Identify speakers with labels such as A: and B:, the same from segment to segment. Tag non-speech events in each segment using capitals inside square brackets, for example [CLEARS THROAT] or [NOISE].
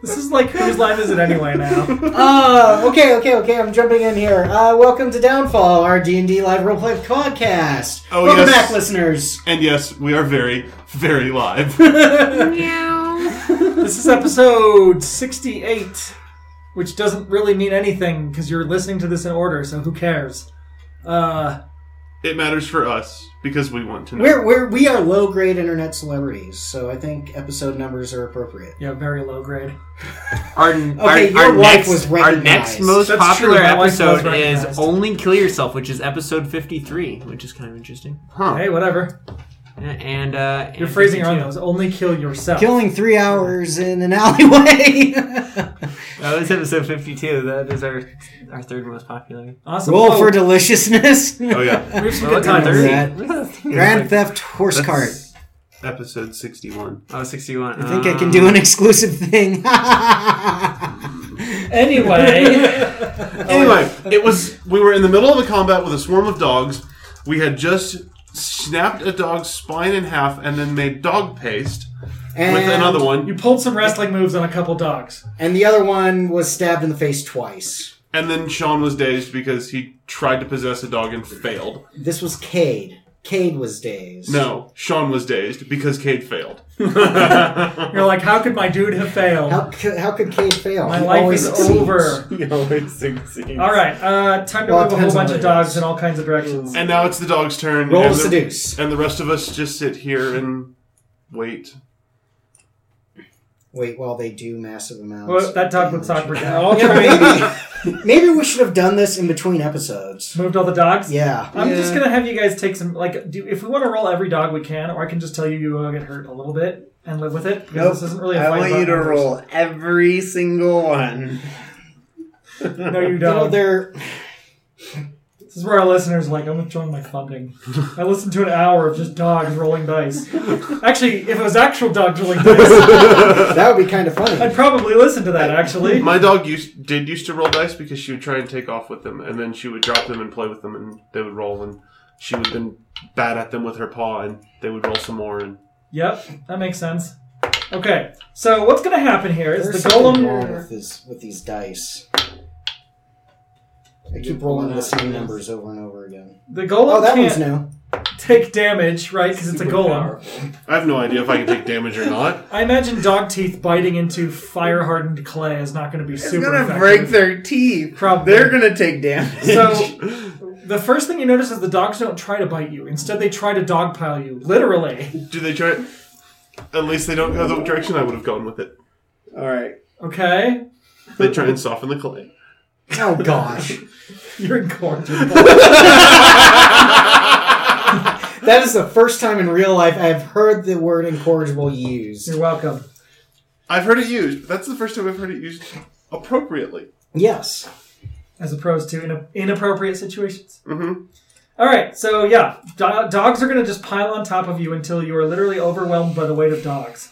A: This is like whose line is it anyway
B: [LAUGHS]
A: now?
B: Uh, okay, okay, okay. I'm jumping in here. Uh, welcome to Downfall, our D and D live roleplay podcast.
C: Oh,
B: welcome
C: yes.
B: back, listeners.
C: And yes, we are very, very live. [LAUGHS]
D: Meow.
A: This is episode 68, which doesn't really mean anything because you're listening to this in order, so who cares? Uh,
C: it matters for us because we want to know.
B: We're, we're we are low grade internet celebrities, so I think episode numbers are appropriate.
A: yeah, very low grade.
E: Our, our,
B: your
E: our
B: wife
E: next,
B: was
E: our next
B: recognized.
E: most
A: That's
E: popular
A: true, my wife was
E: episode is
A: recognized.
E: Only Kill Yourself, which is episode 53, which is kind of interesting.
C: Huh.
A: Hey, whatever.
E: And, uh,
A: Your
E: and
A: phrasing around
E: 52.
A: those. Only kill yourself.
B: Killing three hours in an [LAUGHS] alleyway.
E: That was Oh, episode 52. That is our our third most popular.
A: Awesome.
B: Roll
A: Whoa,
B: for
C: [LAUGHS]
B: deliciousness.
C: Oh, yeah.
B: [LAUGHS]
A: we have some
E: Well,
A: good
E: look at
A: times.
B: that.
E: thirty.
B: Grand
E: Look at that.
B: Grand Theft Horse
C: That's
B: Cart.
C: Episode 61.
E: [LAUGHS] Oh, Um, 61.
B: I think I
C: uh,
B: can do an exclusive thing. [LAUGHS]
A: Anyway, [LAUGHS]
C: Anyway, it was. We were in the middle of a combat with a swarm of dogs. We had just snapped a dog's spine in half and then made dog paste
B: and,
C: with another
A: you
C: one.
A: pulled some wrestling moves on a couple dogs.
B: And the other one was stabbed in the face twice.
C: And then Sean was dazed because he tried to possess a dog and failed.
B: This was Cade. Cade was dazed.
C: No, Sean was dazed because Cade failed.
A: You're like, how could my dude have failed?
B: How, c- how could Cade fail?
A: my
B: He
A: life
B: always
A: is
B: succeeds.
A: over.
E: He always succeeds.
A: All right, uh, time to
B: Well,
A: move
B: it
A: a whole
B: depends on
A: bunch
B: what
A: of
B: it
A: dogs
B: is. Mm.
A: in all kinds of directions.
C: And now it's the dog's turn.
B: Roll
C: and
B: to
C: the-
B: seduce.
C: And the rest of us just sit here and wait.
B: Wait, while they do massive amounts.
A: Well, that dog looks
B: damage.
A: awkward now. I'll
B: [LAUGHS] Yeah,
A: try and- [LAUGHS]
B: maybe, maybe we should have done this in between episodes.
A: Moved all the dogs.
B: Yeah.
A: I'm just
C: Yeah.
A: gonna have you guys take some. Like, do if we want to roll every dog we can, or I can just tell you you will get hurt a little bit and live with it because this isn't really a fight. about numbers.
E: every single one.
A: No, you
B: [LAUGHS] You know,
A: don't.
B: they're,
A: this is where our listeners are like, I'm withdrawing my
B: [LAUGHS]
A: funding. I listened to an hour of just dogs rolling dice. Actually, if it was actual dogs rolling
B: [LAUGHS]
A: dice,
B: that would be kind of funny.
A: I'd probably listen to that. Actually,
C: My dog used did used to roll dice because she would try and take off with them, and then she would drop them and play with them, and they would roll, and she would then bat at them with her paw, and they would roll some more. And
A: yep, that makes sense. Okay, so what's gonna happen here [LAUGHS] is
B: There's
A: the
B: something wrong
A: golem.
B: with, this, with these dice. I keep rolling the same numbers over and over again.
A: The golem
B: Oh, that
A: can't
B: one's new.
A: take damage, right? Because it's a golem.
C: I have no idea if I can take damage or not.
A: I imagine dog teeth biting into fire hardened clay is not going to be super effective.
E: their teeth.
A: Probably. They're
E: gonna take damage. [LAUGHS]
A: So, the first thing you notice is the dogs don't try to bite you. Instead, they try to dogpile you, literally.
C: Do they try? At least they don't go the direction I would have gone with it.
E: All right.
A: Okay? [LAUGHS]
C: They try and soften the clay.
B: Oh, gosh.
A: You're incorrigible.
B: that is the first time in real life I've heard the word incorrigible used.
A: You're welcome.
C: I've heard it used. But that's the first time I've heard it used appropriately.
B: Yes.
A: As opposed to in inappropriate situations.
C: Mm-hmm.
A: All right, so yeah, do- dogs are going to just pile on top of you until you are literally overwhelmed by the weight of dogs.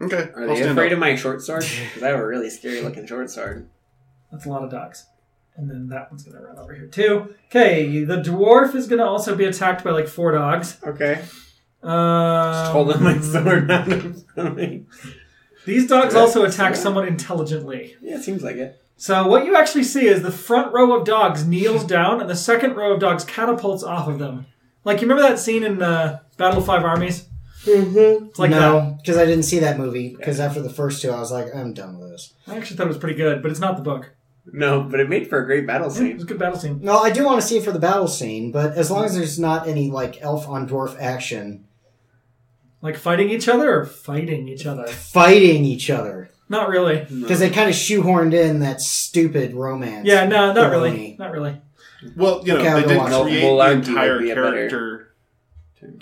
C: Okay,
E: Are
C: I'll
E: they
C: stand
E: afraid
C: up.
E: of my short sword? Because I have a really scary looking short sword.
A: That's a lot of dogs. And then that one's going to run over here, too. Okay, the dwarf is going to also be attacked by like four dogs.
E: Okay.
A: Um,
E: Just [LAUGHS] holding my sword out in front of me.
A: These dogs
E: Yeah.
A: also attack someone intelligently.
E: Yeah, it seems like it.
A: So what you actually see is the front row of dogs kneels down, and the second row of dogs catapults off of them. Like you remember that scene in uh, Battle of Five Armies? Mm-hmm. It's like that.
B: no, because I didn't see that movie. Because after the first two, I was like, I'm done with this.
A: I actually thought it was pretty good, but it's not the book.
E: No, but it made for a great battle
A: It was
E: scene.
A: a good battle scene.
B: No, I do want to see it for the battle scene, but as long as there's not any like elf on dwarf action
A: Like fighting each other or fighting each other?
B: fighting each other,
A: Not really.
B: because they kind of shoehorned in that stupid romance.
A: Yeah, no, not really.
B: Baloney.
A: Not really.
C: Well, you know,
B: Okay, I'll
C: they
B: go
C: did
B: watch
C: create
E: Noble
C: the
E: Archie would
C: entire
E: be a better-
C: character. To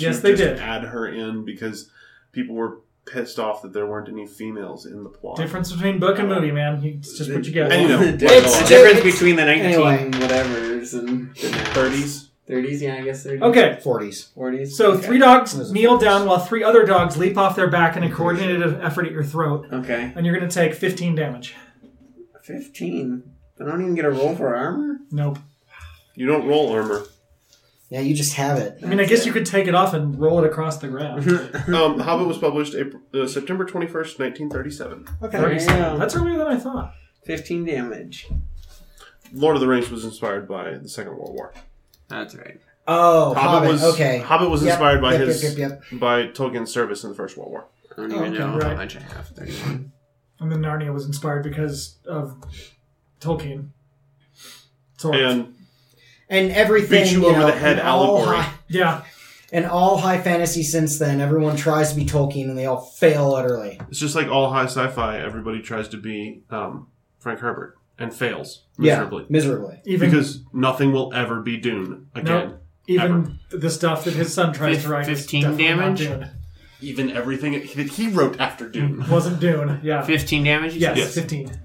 A: Yes, they
C: just
A: did.
C: Add her in because people were pissed off that there weren't any females in the plot.
A: Difference between book and movie, man. You, it's just what you
C: And
A: get.
C: you know,
E: the
B: it's-
E: difference, the
B: it's-
E: difference between the 19
B: anyway.
E: whatevers and the now.
C: Thirties.
E: 30s, yeah, I guess 30s.
A: Okay,
B: forties.
E: 40s.
A: so
E: okay.
A: three dogs
B: Those are
A: kneel
B: figures.
A: down while three other dogs leap off their back in a coordinated effort at your throat,
E: Okay.
A: and you're going to take 15 damage.
E: 15. I don't even get a roll for armor?
A: Nope.
E: [LAUGHS]
C: You don't roll armor.
B: Yeah, you just have it.
A: I mean, I guess you could take it off and roll it across the ground.
C: Um, Hobbit was published April, uh, September 21st, 1937.
B: Okay.
E: [LAUGHS] Damn.
A: That's earlier than I thought.
E: 15 damage.
C: Lord of the Rings was inspired by the Second World War.
E: That's right.
B: Oh, Hobbit.
C: was
B: okay.
C: Hobbit was
B: Yep,
C: inspired by
B: yep,
C: his
B: Yep, yep,
C: by Tolkien's service in the First World War.
E: I don't
B: Oh,
E: even
B: okay,
E: know how
A: right.
E: much I have. 31.
A: And then Narnia was inspired because of Tolkien. Swords.
C: And
B: yep. And everything.
C: Beat you over
B: know, oh,
C: the head
B: and all
C: allegory.
B: High,
A: yeah,
B: and all high fantasy since then, everyone tries to be Tolkien and they all fail utterly.
C: it's just like all high sci-fi. Everybody tries to be um, Frank Herbert and fails
B: Yeah,
C: miserably
B: miserably.
A: even
C: because nothing will ever be Dune again.
A: even the stuff that his son tries to write. is
E: 15
A: definitely not
E: damage?
A: Dune.
C: Even everything that he wrote after Dune.
A: Wasn't Dune. Yeah.
E: 15 damage? you
A: Yes,
C: Yes.
A: fifteen.
E: said?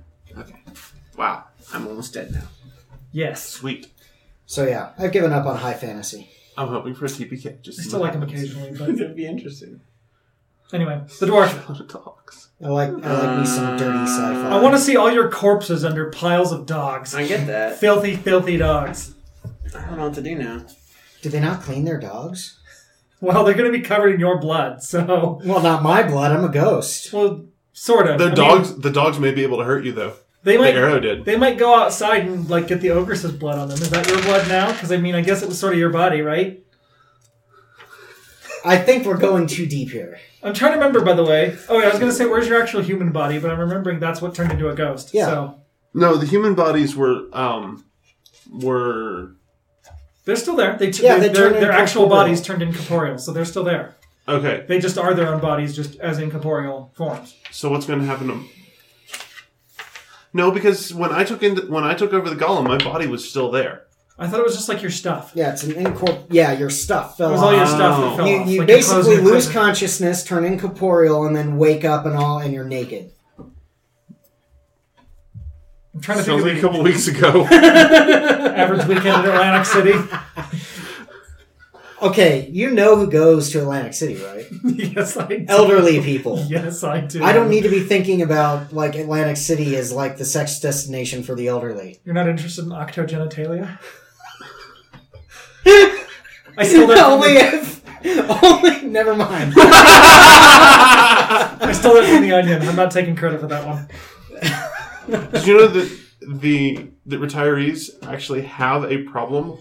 E: Wow. I'm almost dead now.
A: Yes.
C: Sweet.
B: So yeah, I've given up on high fantasy.
C: I'm hoping for a TPK. Just
A: I still like him occasionally,
B: [LAUGHS]
A: but
E: It'd be interesting.
A: anyway, the dwarf.
C: dogs.
B: I like I like me some dirty sci-fi.
A: I want to see all your corpses under piles of dogs.
E: I get that.
A: Filthy, filthy dogs.
E: I don't know what to do now.
B: Do they not clean their dogs?
A: Well, they're going to be covered in your blood, [LAUGHS] so
B: Well, not my blood. I'm a ghost.
A: well, sort of. I
C: The
A: mean,
C: dogs. the dogs may be able to hurt you though.
A: they
C: The
A: might
C: arrow did.
A: they might go outside and like get the ogress's blood on them. Is that your blood now? Because I mean, I guess it was sort of your body, right?
B: I think we're going too deep here.
A: I'm trying to remember, by the way. Oh, yeah, I was going to say, where's your actual human body? But I'm remembering that's what turned into a ghost.
B: Yeah.
A: So
C: No, the human bodies were um were
A: they're still there. They, t-
B: Yeah,
A: they,
B: they
A: their,
B: turned
A: their actual
B: incorporeal.
A: bodies turned incorporeal, so they're still there.
C: okay.
A: They just are their own bodies, just as incorporeal forms.
C: So what's going to happen to? No, because when I took in when I took over the golem, my body was still there.
A: I thought it was just like your stuff.
B: Yeah, it's an incorp. Yeah, your stuff
A: It
B: fell
A: was
B: off.
A: all your stuff that
C: Oh.
A: fell
B: you
A: off.
B: you
A: like your clothes
B: basically
A: and your
B: lose
A: equipment.
B: consciousness, turn incorporeal, and then wake up and all, and you're naked.
A: I'm trying to think of
C: Sounds like a
A: the
C: couple weeks
A: [LAUGHS]
C: ago.
A: average weekend in Atlantic City. [LAUGHS]
B: Okay, you know who goes to Atlantic City, right?
A: yes, I do.
B: Elderly people.
A: Yes, I do.
B: I don't need to be thinking about like Atlantic City as like the sex destination for the elderly.
A: You're not interested in
B: [LAUGHS]
A: octogenitalia? I
B: [LAUGHS]
A: stole that. From
B: only
A: the,
B: if, only. Never mind.
A: I stole that from the Onion. I'm not taking credit for that one.
C: Did you know that the the retirees actually have a problem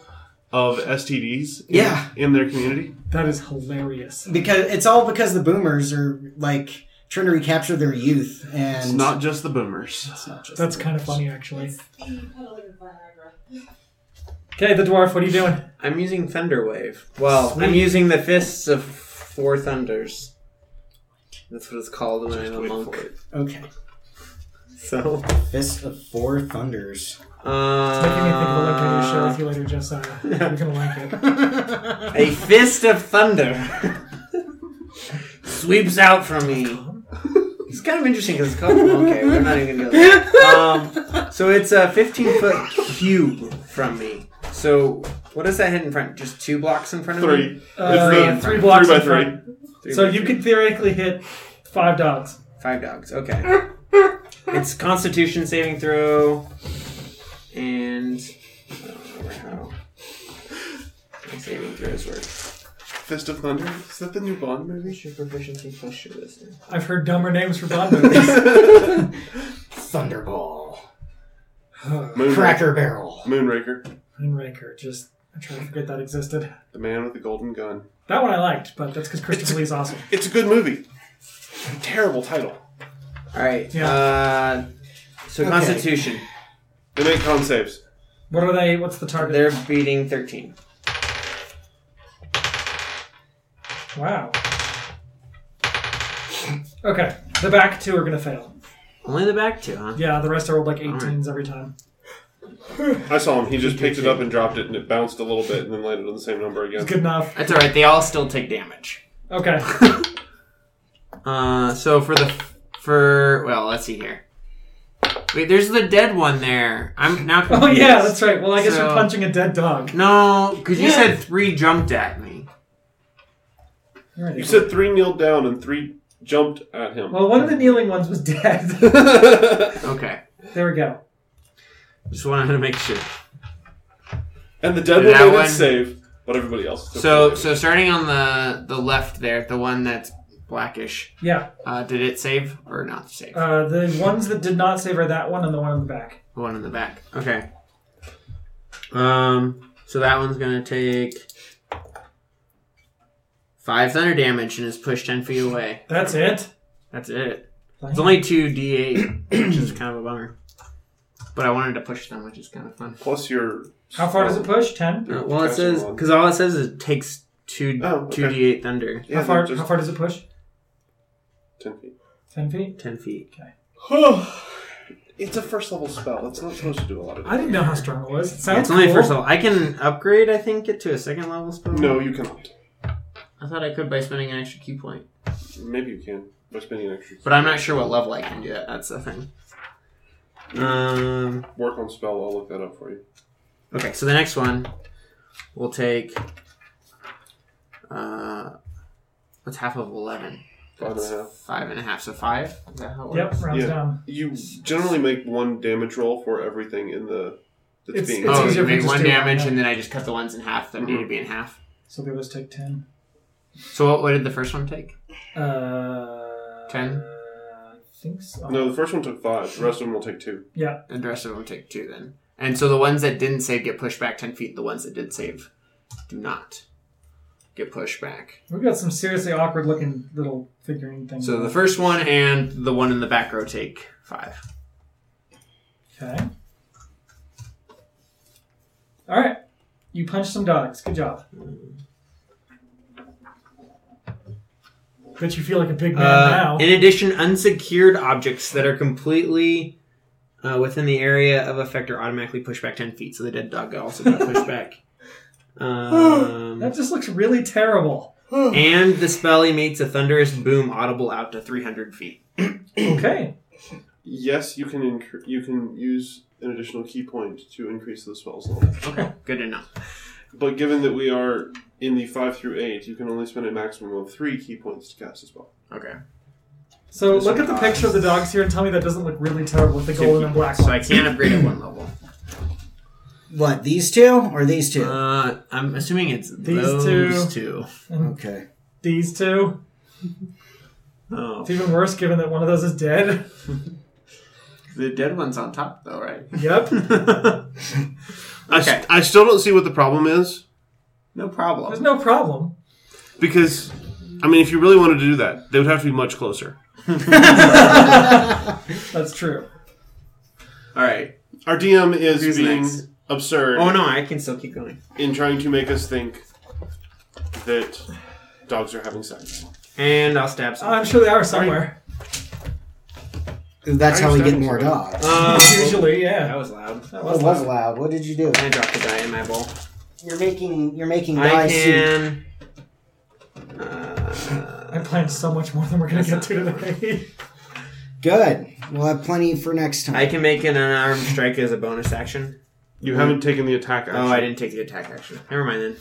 C: of STDs? In,
B: Yeah.
C: in their community.
A: That is hilarious.
B: [LAUGHS] because it's all because the boomers are like trying to recapture their youth and
C: It's not just the boomers.
B: it's not just
A: That's kind of funny, actually.
D: the puddle of Viagra.
A: Okay, the dwarf. What are you doing?
E: I'm using Thunder Wave. Well, I'm using the Fists of Four Thunders. That's what it's called when I'm a
C: Wait
E: monk.
C: for it.
B: okay.
E: So,
B: Fist of four thunders.
A: Making me think of a locator show
E: uh,
A: with you later, Josiah. You're gonna like it.
E: a Fist of Thunder [LAUGHS] sweeps out from me. It's kind of interesting because it's called. Okay, we're not even gonna go there. Um, so it's a 15 foot cube from me. So what is that hit in front? Just two blocks in front of
C: Three.
E: me.
A: Uh,
E: Three in front.
A: three blocks
C: Three by
A: in front.
E: Three
A: So
E: by
A: you
E: three.
A: could theoretically hit five dogs.
E: Five dogs. Okay. it's Constitution saving throw, and I don't remember how my saving throws work.
C: Fist of Thunder. Is that the new Bond movie?
B: [LAUGHS]
E: Your proficiency plus your wisdom.
A: I've heard dumber names for Bond
B: [LAUGHS]
A: movies.
B: Thunderball.
C: Moonraker.
B: Cracker barrel.
C: Moonraker.
A: Moonraker. Just I try to forget that existed.
C: The Man with the Golden Gun.
A: That one I liked, but that's because Christopher Lee's awesome.
C: It's a good movie. Terrible title.
E: All right.
A: Yeah.
E: Uh, so
B: Okay.
E: Constitution.
C: They make con saves.
A: What are they? What's the target?
E: They're beating thirteen.
A: Wow. Okay, the back two are gonna fail.
E: Only the back two, huh?
A: Yeah, the rest are rolled like 18s every time.
C: I saw him. He just picked it up and dropped it, and it bounced a little bit, and then landed on the same number again.
A: Good enough.
E: That's all right. They all still take damage. [LAUGHS]
A: Okay.
E: Uh, so for the for well, let's see here. Wait, there's the dead one there. I'm now.
A: [LAUGHS] Oh
E: confused.
A: yeah, that's right. Well, I guess
E: So-
A: you're punching a dead dog.
E: No, because you said three jumped at me.
A: You're an
C: You
A: idiot.
C: said three kneeled down and three jumped at [LAUGHS] him.
A: Well, one of the kneeling ones was [LAUGHS] dead.
E: Okay,
A: there we go.
E: just wanted to make sure.
C: and the dead
E: That
C: one made
E: one-
C: it save.
F: but everybody else. is
E: So
F: okay.
E: so starting on the the left there, the one that's blackish.
A: Yeah.
E: Uh, did it save or not save?
A: Uh, the ones that did not save are that one and the one in the back.
E: the one in the back. Okay. Um. So that one's gonna take five thunder damage and is pushed ten feet away.
A: That's it.
E: That's it. It's only two d8, which [CLEARS THROAT] is kind of a bummer. But I wanted to push them, which is kind of fun.
C: Plus your.
A: How far does it push? Ten.
E: Uh, well, it says because all it says is it takes two
C: Oh,
E: two
C: okay.
E: d8 thunder,
C: Yeah,
A: how far?
C: they're just
A: How far does it push?
C: 10 feet.
A: Ten feet.
E: ten feet.
C: [SIGHS] It's a first level spell. It's not supposed to do a lot of
A: I didn't know how strong it was. It sounds
E: it's only
A: cool.
E: first level. I can upgrade, I think, it to a second level spell.
C: No, you cannot.
E: I thought I could by spending an extra key point,
C: Maybe you can. By spending an extra.
E: but I'm not sure what level I can do that. That's the thing. Um.
C: Work on spell. I'll look that up for you.
E: Okay, so the next one we'll take. Uh, what's half of eleven?
C: Five and a half.
E: Five and a half. So five. Is that how it works?
A: Yep. Rounds
C: Yeah.
A: down.
C: You generally make one damage roll for everything in the. That's
A: It's-
C: being.
A: it's
E: Oh,
A: easier
E: you
A: if we
E: make
A: just
E: one
A: do it, Mm-hmm.
E: damage,
A: yeah.
E: and then I just cut the ones in half that need to be in half.
A: So the others take ten.
E: So what, what did the first one take?
A: Uh,
E: Ten?
A: I think so.
C: No, the first one took five. The rest of them will take two.
A: Yeah.
E: And the rest of them take two then. And so the ones that didn't save get pushed back 10 feet. The ones that did save do not get pushed back.
A: We've got some seriously awkward looking little figurine things.
E: So the first one and the one in the back row take five.
A: Okay. All right. You punched some dogs. Good job. Bet you feel like a big man
E: Uh,
A: now.
E: in addition, unsecured objects that are completely uh, within the area of effect are automatically pushed back 10 feet. So the dead dog also got [LAUGHS] pushed [GASPS] back. Um,
A: that just looks really terrible.
E: and the spell emits a thunderous boom audible out to 300 feet.
A: Okay.
C: Yes, you can. Inc- you can use an additional key point to increase the spell's level.
E: Okay, good enough.
C: But given that we are in the five through eight, you can only spend a maximum of three key points to cast a spell.
E: Okay.
A: So
C: This
A: look
C: one
A: at the
C: dies.
A: picture of the dogs here and tell me that doesn't look really terrible with the golden and black
E: So I
A: ones.
E: can't upgrade at one level.
B: What, these two or these two?
E: [CLEARS THROAT] Uh, I'm assuming it's
A: These
E: those two.
B: okay.
A: These two.
E: Oh.
A: It's even worse given that one of those is dead. [LAUGHS]
E: The dead one's on top, though, right?
A: Yep.
E: Okay.
C: I still don't see what the problem is
E: No
A: There's
E: problem.
A: no problem.
C: because, I mean, if you really wanted to do that, they would have to be much closer.
A: That's true.
E: All right.
C: Our DM is
E: Who's
C: being
E: next?
C: absurd
E: Oh, no, I can still keep going.
C: in trying to make us think that dogs are having sex.
E: And I'll stab
A: I'm
E: some.
A: sure they are somewhere.
B: That's how we get
C: Understandable.
B: more dogs.
E: Uh,
A: Usually, yeah.
E: that was loud.
A: That
B: That
A: was
B: was
A: loud.
B: loud. What did you do?
E: I dropped a die in my bowl.
B: You're making you're making
E: I
B: guys soup.
E: can. Uh,
A: I planned so much more than we're gonna get to today. [LAUGHS]
B: Good. We'll have plenty for next time.
E: I can make an unarmed strike as a bonus action.
C: You haven't taken the attack action.
E: Oh, I didn't take the attack action. Never mind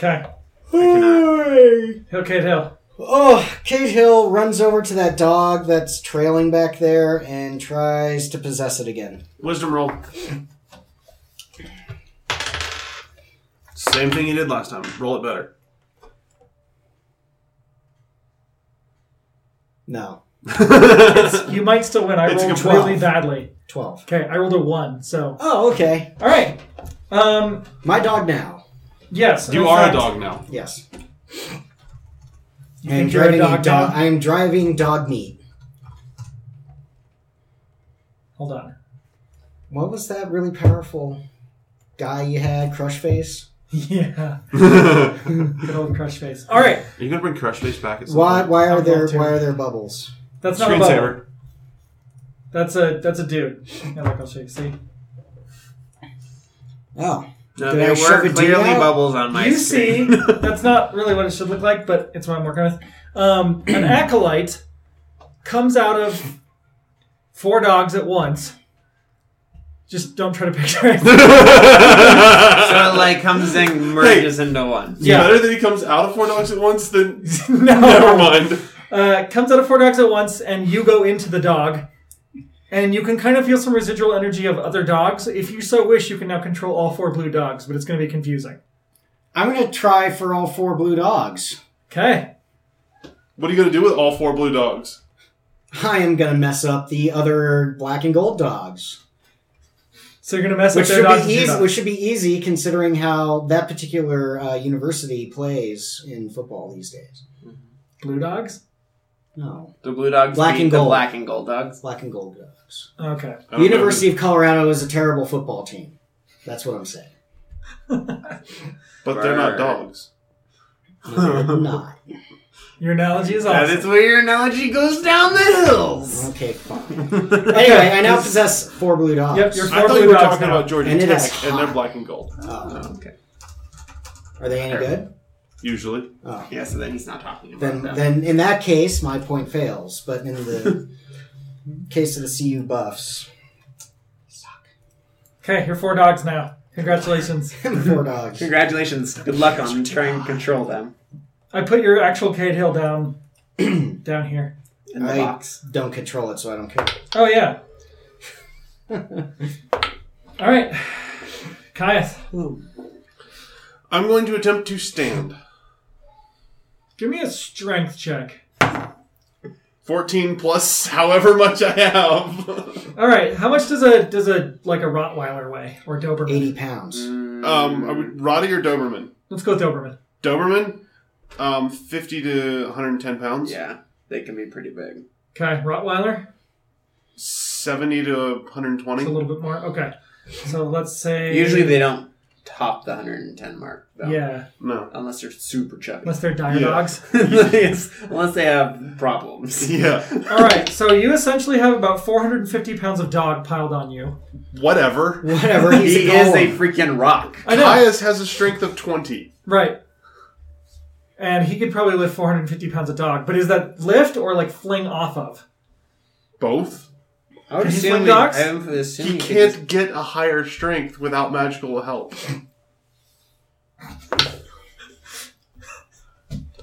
E: then.
A: okay. Hill Kate Hill.
B: Oh, Kate Hill runs over to that dog that's trailing back there and tries to possess it again.
C: Wisdom roll. Same thing you did last time. Roll it better.
B: No, [LAUGHS]
A: You might still win. I
C: It's a
A: rolled
C: good roll.
A: really badly.
B: 12.
A: Okay, I rolled a one, so
B: Oh, okay.
A: Alright. Um
B: My dog now.
A: yes.
C: you
A: in
C: are a
A: fact-
C: dog now.
B: Yes.
A: You
B: I am
A: think you're a
B: driving
A: dog,
B: dog,
A: dog
B: I am driving dog meat.
A: Hold on. [LAUGHS]
B: What was that really powerful guy you had, Crush Face?
A: Yeah.
C: are
A: Good old crush face. Alright.
C: you gonna bring Crush Face back at some
B: Why
C: point?
B: why are
A: I'd
B: there
A: love to.
B: why are there bubbles?
A: That's not a bubble.
C: Screensaver.
A: That's a that's a dude. Yeah, like I'll shake. See?
B: Oh.
E: No,
B: Did I
E: there
B: shove a
E: were
B: D
E: clearly
B: out?
E: bubbles on my
A: you see,
E: screen. [LAUGHS]
B: [LAUGHS]
A: that's not really what it should look like, but it's what I'm working with. Um,
B: [CLEARS THROAT]
A: an acolyte comes out of four dogs at once. Just don't try to picture
B: [LAUGHS]
A: it.
E: so it like comes and merges into one.
C: It's Better that he comes out of four dogs at once than [LAUGHS]
A: no.
C: never mind.
A: Uh, comes out of four dogs at once, and you go into the dog. And you can kind of feel some residual energy of other dogs. If you so wish, you can now control all four blue dogs, but it's going to be confusing.
B: I'm gonna try for all four blue dogs.
A: Okay.
C: What are you going to do with all four blue dogs?
B: I am gonna mess up the other black and gold dogs,
A: So you're gonna mess
B: which
A: up their
B: should
A: dogs.
B: be
A: and your
B: easy.
A: dogs.
B: Which should be easy considering how that particular uh, university plays in football these days.
A: Blue dogs.
B: No,
E: The blue dogs
B: Black
E: beat
B: and
E: the
B: gold.
E: black and gold dogs.
B: black and gold dogs.
A: Okay. [LAUGHS]
C: I
B: The
C: don't know.
B: University of Colorado is a terrible football team. That's what I'm saying.
C: But they're not
E: Burn.
C: dogs.
B: I'm not.
A: Your analogy is
E: That
A: awesome.
E: is where your analogy goes down the hills.
B: Okay, fine. anyway, I now possess four blue dogs.
A: Yep, you're-
C: I
A: Four
C: thought you
A: blue
C: were
A: dogs
C: talking
A: now.
C: about Georgia
B: And it is
C: Tech and they're
B: hot.
C: black and gold.
B: Oh,
E: okay.
B: are they any good?
C: Usually.
B: Oh.
E: Yeah, so then he's not talking about
B: Then,
E: them.
B: then in that case, my point fails. But in the case of the CU buffs, [LAUGHS]
A: Okay, you're four dogs now. Congratulations.
B: four dogs.
E: Congratulations. Good luck on trying to control them
A: I put your actual Cade Hill down down here.
E: in the
B: I-
E: box.
B: Don't control it, so I don't care.
A: Oh yeah. All right, Kaiath,
C: I'm going to attempt to stand.
A: give me a strength check.
C: 14 plus [LAUGHS] however much I have. [LAUGHS]
A: All right, how much does a does a like a Rottweiler weigh or Doberman?
B: Eighty pounds.
C: um, are we, Roddy or Doberman?
A: Let's go with Doberman.
C: Doberman, um, 50 to 110 pounds.
E: Yeah, they can be pretty big.
A: Okay, Rottweiler,
C: 70 to
A: It's
C: 120.
A: a little bit more. Okay, so let's say
E: Usually they don't top the 110 mark, though.
A: yeah,
C: no.
E: Unless they're super chubby.
A: unless they're dire
C: Yeah.
A: dogs.
E: Yes, [LAUGHS] Unless they have problems.
C: Yeah.
A: All right, so you essentially have about 450 pounds of dog piled on you.
C: Whatever.
B: Whatever. He's
E: He
B: a
E: is a
B: golem.
E: freaking rock.
A: I know,
C: Caius has a strength of 20.
A: right? And he could probably lift 450 pounds of dog, but is that lift or like fling off of?
C: Both?
E: I would
A: Can he
E: assume,
A: swing
E: we,
A: dogs?
E: I would assume
C: He
E: you could
C: can't get a higher strength without magical help.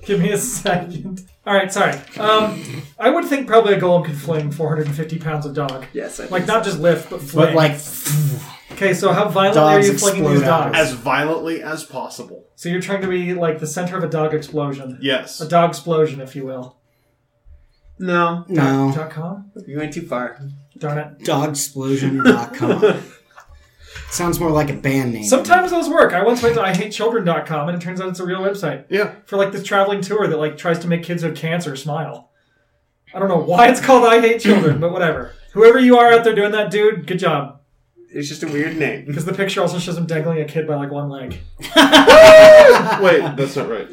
A: Give me a [LAUGHS] second. All right, sorry. Um, I would think probably a golem could fling 450 pounds of dog.
E: Yes, I
A: Like
E: think
A: not just lift, but fling.
B: But like,
A: okay, so how violently are
B: Dogs
A: you flinging
B: explode
A: these
B: out.
A: dogs?
C: As violently as possible.
A: so you're trying to be like the center of a dog explosion,
C: Yes.
A: a dog explosion, if you will.
E: No,
A: Dot-
B: no.
A: Dot com.
E: you went too far.
A: Darn it. [LAUGHS]
B: Dogsplosion.com. Ah, Sounds more like a band name.
A: Sometimes those work. I once went to IHateChildren.com, and it turns out it's a real website
C: Yeah.
A: for like this traveling tour that like tries to make kids who have cancer smile. I don't know why it's called I Hate Children, but whatever. Whoever you are out there doing that, dude, good job.
E: It's just a weird name. [LAUGHS]
A: Because the picture also shows him dangling a kid by like one leg.
C: Wait, [LAUGHS] that's not right.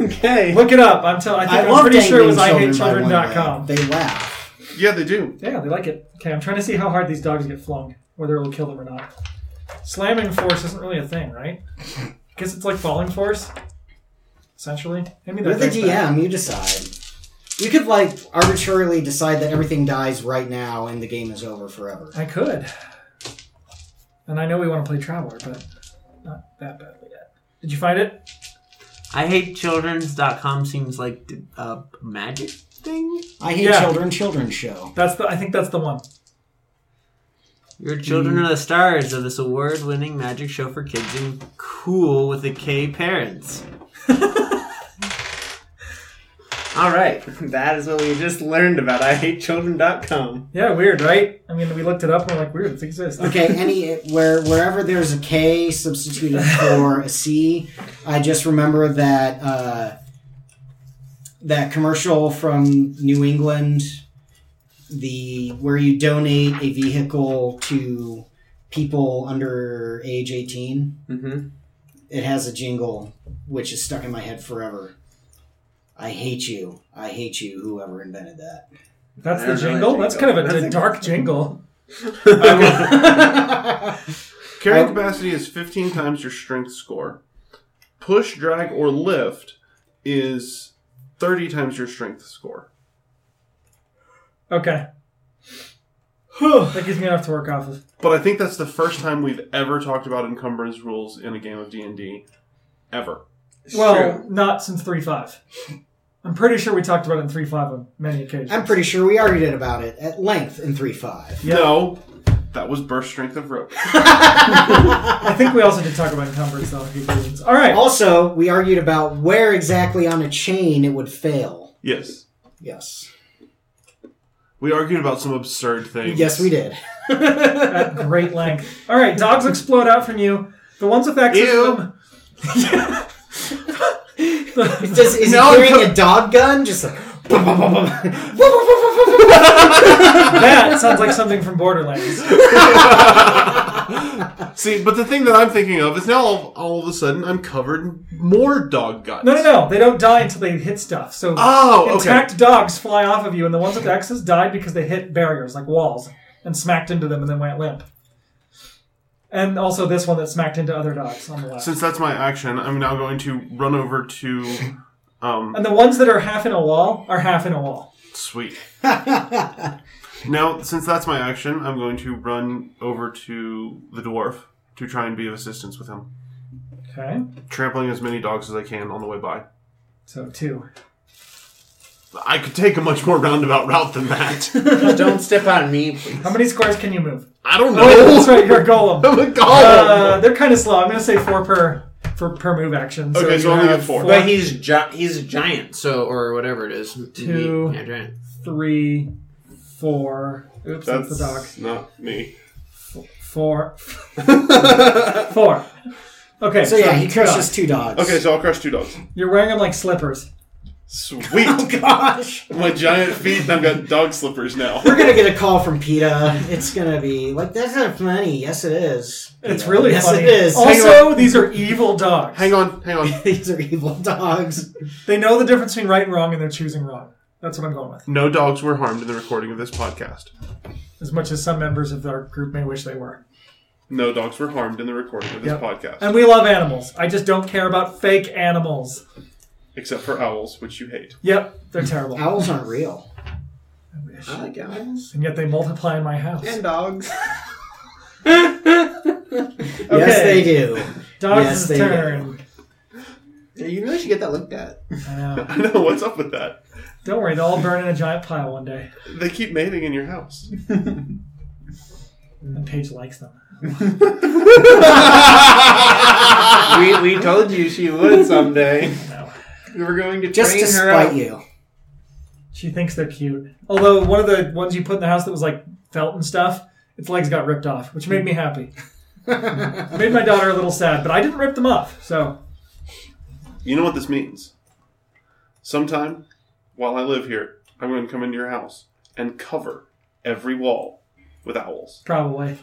E: okay.
A: Look it up. I'm telling. I think
B: I
A: I
B: love
A: am pretty sure it was
B: dangling children by one
A: IHateChildren.com.
B: leg. They laugh.
C: Yeah, they do.
A: Yeah, they like it. Okay, I'm trying to see how hard these dogs get flung, whether it'll kill them or not. Slamming force isn't really a thing, right? Because it's like falling force, essentially. I mean,
B: You're the DM. You decide. You could like arbitrarily decide that everything dies right now and the game is over forever.
A: I could. And I know we want to play Traveler, but not that badly yet. Did you find it?
E: I hate children's.com seems like a magic thing.
B: I hate
A: Yeah.
B: children. Children show.
A: That's the. I think that's the one.
E: Your Children of the Stars of this award winning magic show for kids and cool with the K parents. [LAUGHS] All right, [LAUGHS] that is what we just learned about I hate children.com.
A: Yeah, weird, right? I mean, we looked it up and we're like, weird, it exists.
B: Okay, any where wherever there's a K substituted for a C, I just remember that uh, that commercial from New England, the where you donate a vehicle to people under age eighteen.
E: Mm-hmm.
B: It has a jingle which is stuck in my head forever. I hate you. I hate you. Whoever invented that.
A: That's
E: I
A: the
E: don't know
A: jingle.
E: that
A: That's
E: jingle.
A: kind of a,
E: That's a- [LAUGHS]
A: dark jingle.
C: Carrying
B: I-
C: capacity is 15 times your strength score. Push, drag, or lift is 30 times your strength score.
A: Okay, that gives me enough to work off of.
C: But I think that's the first time we've ever talked about encumbrance rules in a game of D&D ever.
A: Well, not since three five. I'm pretty sure we talked about it in three five on many occasions.
B: I'm pretty sure we argued it about it at length in three five.
A: Yeah.
C: No. That was burst strength of rope.
A: I think we also did talk about encumbrance though. a few reasons. All right.
B: Also, we argued about where exactly on a chain it would fail.
C: [LAUGHS] Yes.
B: Yes.
C: We argued about some absurd things.
B: Yes, we did. [LAUGHS]
A: at great length. All right, dogs explode out from you. The ones with access.
C: Ew.
B: Does, is
C: No,
B: he carrying
C: no.
B: a dog gun? Just like.
A: [LAUGHS] That sounds like something from Borderlands.
C: See, but the thing that I'm thinking of is now all, all of a sudden I'm covered in more dog guts.
A: No, no, no. They don't die until they hit stuff. So
C: Oh, okay.
A: intact dogs fly off of you, and the ones with axes died because they hit barriers like walls and smacked into them and then went limp. And also this one that smacked into other dogs on the left.
C: Since that's my action, I'm now going to run over to. Um,
A: and the ones that are half in a wall are half in a wall. [LAUGHS]
C: sweet. now, since that's my action, I'm going to run over to the dwarf to try and be of assistance with him,
A: Okay,
C: trampling as many dogs as I can on the way by.
A: so two.
C: I could take a much more roundabout route than that.
A: [LAUGHS]
E: Don't step on me, please.
A: How many squares can you move?
C: I don't
A: Oh, wait, that's
C: know.
A: right. You're a
C: [LAUGHS]
A: golem.
C: I'm a golem. Oh.
A: Uh, they're kind of slow. I'm gonna say four per for per move action.
C: Okay,
A: you
C: so only
A: have
C: get four.
E: But he's gi- he's a giant, so or whatever it is.
A: Two.
E: Yeah, giant.
A: three, four. Oops, that's, the dog.
C: not me. [LAUGHS]
A: Four, four. Okay,
B: So yeah, he
A: two
B: crushes
A: dogs.
B: two dogs.
C: Okay,
B: [LAUGHS]
C: so I'll crush two dogs.
A: You're wearing them like slippers.
C: Sweet.
B: Oh,
C: [LAUGHS]
B: Gosh,
C: My giant feet, and I've got dog slippers now.
B: we're gonna get a call from PETA. It's gonna be like that's not funny. Yes, it is.
A: It's
B: PETA.
A: really
B: yes,
A: funny.
B: it is.
A: Also, these are evil dogs.
C: Hang on, hang on.
B: [LAUGHS] These are evil dogs.
A: They know the difference between right and wrong, and they're choosing wrong. That's what I'm going with.
C: No dogs were harmed in the recording of this podcast.
A: As much as some members of our group may wish they were.
C: No dogs were harmed in the recording of this
A: Yep.
C: podcast.
A: And we love animals. I just don't care about fake animals.
C: Except for owls, which you hate. [LAUGHS]
A: Yep, they're terrible.
B: Owls aren't real.
A: I wish.
E: I like animals
A: And yet they multiply in my house.
E: and dogs.
B: Yes,
A: Okay.
B: they do.
A: Dog's
B: Yes, they
A: turn.
E: Yeah, you really should get that looked at.
A: I know.
C: I know, what's up with that?
A: Don't worry, they'll all burn in a giant pile one day.
C: They keep mating in your house.
A: And Paige likes them.
E: we, [LAUGHS] we told you she would someday.
A: No.
E: We were going to
B: Just
E: train
B: to
E: her
B: spite
E: up.
B: you.
A: She thinks they're cute. Although one of the ones you put in the house that was like felt and stuff, its legs got ripped off, which made me
E: [LAUGHS]
A: happy. made my daughter a little sad, but I didn't rip them off. So
C: You know what this means? Sometime, while I live here, I'm going to come into your house and cover every wall with owls.
A: probably.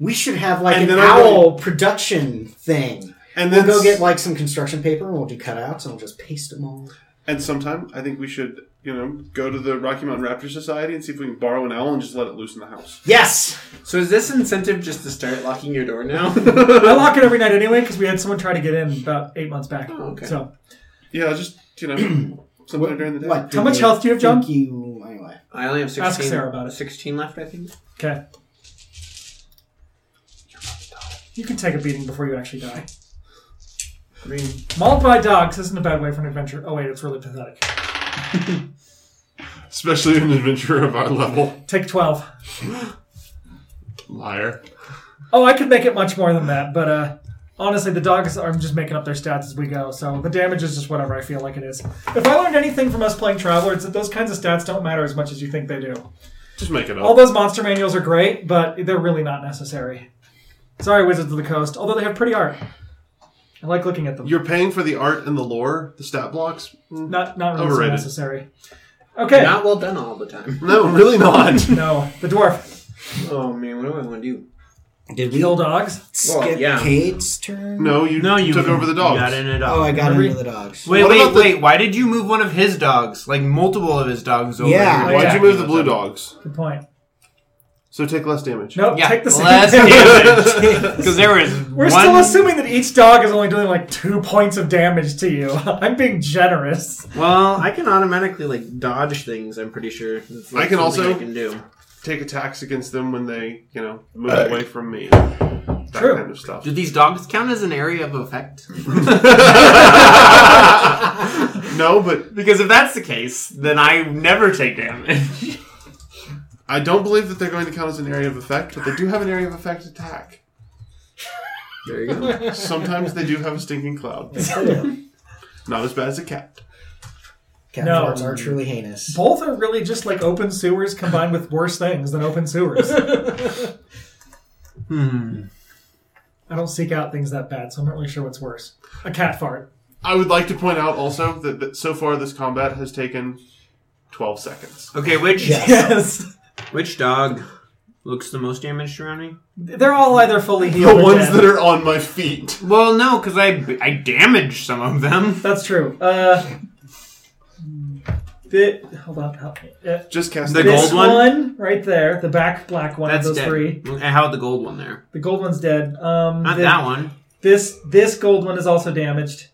B: We should have like
C: And
B: an
C: then I will-
B: owl production thing.
C: And
B: We'll
C: then
B: go
C: s-
B: get like some construction paper and we'll do cutouts and we'll just paste them all.
C: And sometime, I think we should, you know, go to the Rocky Mountain Raptor Society and see if we can borrow an owl and just let it loose in the house.
B: Yes.
E: So is this incentive just to start locking your door now? [LAUGHS]
A: I lock it every night anyway because we had someone try to get in about eight months back.
E: Oh, okay.
A: So
C: Yeah, just you [CLEARS THROAT] know, sometime during the day.
B: What?
A: How much health do you have, John?
B: Thank you. Anyway.
E: I only have sixteen.
A: Ask Sarah about it.
E: Sixteen left, I think.
A: okay, you can take a beating before you actually die.
E: I mean,
A: Mauled by dogs isn't a bad way for an adventure. Oh wait, it's really pathetic.
C: Especially an adventurer of our level,
A: Take twelve.
C: liar.
A: Oh, I could make it much more than that, but uh, honestly, the dogs are just making up their stats as we go, so the damage is just whatever I feel like it is. If I learned anything from us playing Traveler, it's that those kinds of stats don't matter as much as you think they do.
C: Just make it up.
A: All those monster manuals are great, but they're really not necessary. Sorry, Wizards of the Coast, although they have pretty art. I like looking at them.
C: You're paying for the art and the lore, the stat [LAUGHS] blocks. Mm,
A: not not really so
C: Overrated.
A: necessary. Okay.
E: not well done all the time.
C: No, really not.
A: no, the dwarf.
E: [LAUGHS] Oh man, what do I want to do?
B: Did
A: The old dogs.
B: skip
E: Well, yeah.
B: Cade's turn?
C: no, you no, you took over the dogs.
F: Got in it all.
B: Oh, I got
A: Every-
B: into the dogs.
F: Wait,
C: What
F: wait,
C: about the-
F: wait! Why did you move one of his dogs? Like multiple of his dogs over?
B: Yeah.
F: here?
C: Why'd
A: Yeah.
C: you move the blue dogs?
A: Good point.
C: So take less damage.
A: Nope,
F: Yeah,
A: take the same
F: less [LAUGHS]
A: damage. [LAUGHS]
F: damage. Because there was
A: We're
F: one.
A: still assuming that each dog is only doing like two points of damage to you. [LAUGHS] I'm being
E: [LAUGHS]
A: generous.
E: Well, I can automatically like dodge things. I'm pretty sure. It's, like,
C: I can
E: something
C: also-
E: I can do.
C: Take attacks against them when they, you know, move away from me. That
A: True.
C: kind of stuff.
F: Do these dogs count as an area of
E: [LAUGHS]
F: effect? [LAUGHS]
C: No, but
E: [LAUGHS]
F: because if that's the case, then I never take damage.
C: I don't believe that they're going to count as an area of effect, but they do have an area of effect attack.
E: There you go.
C: Sometimes they do have a stinking cloud. Not as bad as a cat.
B: Cat
A: No.
B: farms are truly heinous.
A: Both are really just like open sewers combined with worse things than open sewers.
E: Hmm.
A: I don't seek out things that bad, so I'm not really sure what's worse. A cat fart.
C: I would like to point out also that, that so far this combat has taken 12 seconds.
E: Okay,
A: [LAUGHS]
E: which
A: Yes.
E: which dog looks the most damaged around me?
A: They're all either fully
C: The
A: healed. or
C: ones
A: dead.
C: that are on my feet.
E: Well, no, because I I damaged some of them.
A: That's true. Uh, the, hold on. Help me. Uh,
C: Just cast
E: The
A: this
E: gold one?
A: right there, the back black one
E: That's
A: of those
E: dead.
A: three.
E: And How about the gold one there?
A: The gold one's dead. Um,
E: Not
A: the-
E: that one.
A: This this gold one is also damaged,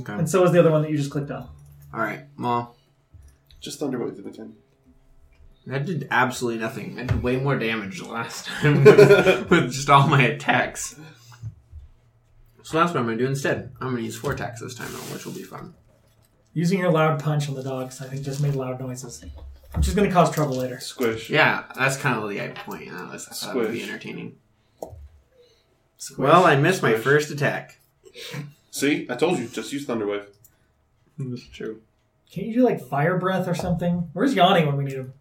E: Okay.
A: and so is the other one that you just clicked on.
E: All right. Well,
C: Just thunderwave them again.
E: that did absolutely nothing. I did way more damage the last [LAUGHS] time with, with just all my attacks. So that's what I'm gonna do instead. I'm gonna use four attacks this time, though, which will be fun.
A: Using your loud punch on the dogs, I think, just made loud noises, which is going to cause trouble later.
C: Squish.
E: Yeah, that's kind of the end point. You know, that's, that would be
C: Squish.
E: entertaining. Well, I missed my
C: Squish.
E: first attack.
C: See? I told you, just use thunderwave.
E: That's true.
A: Can't you do like fire breath or something? Where's Yanni when we need him?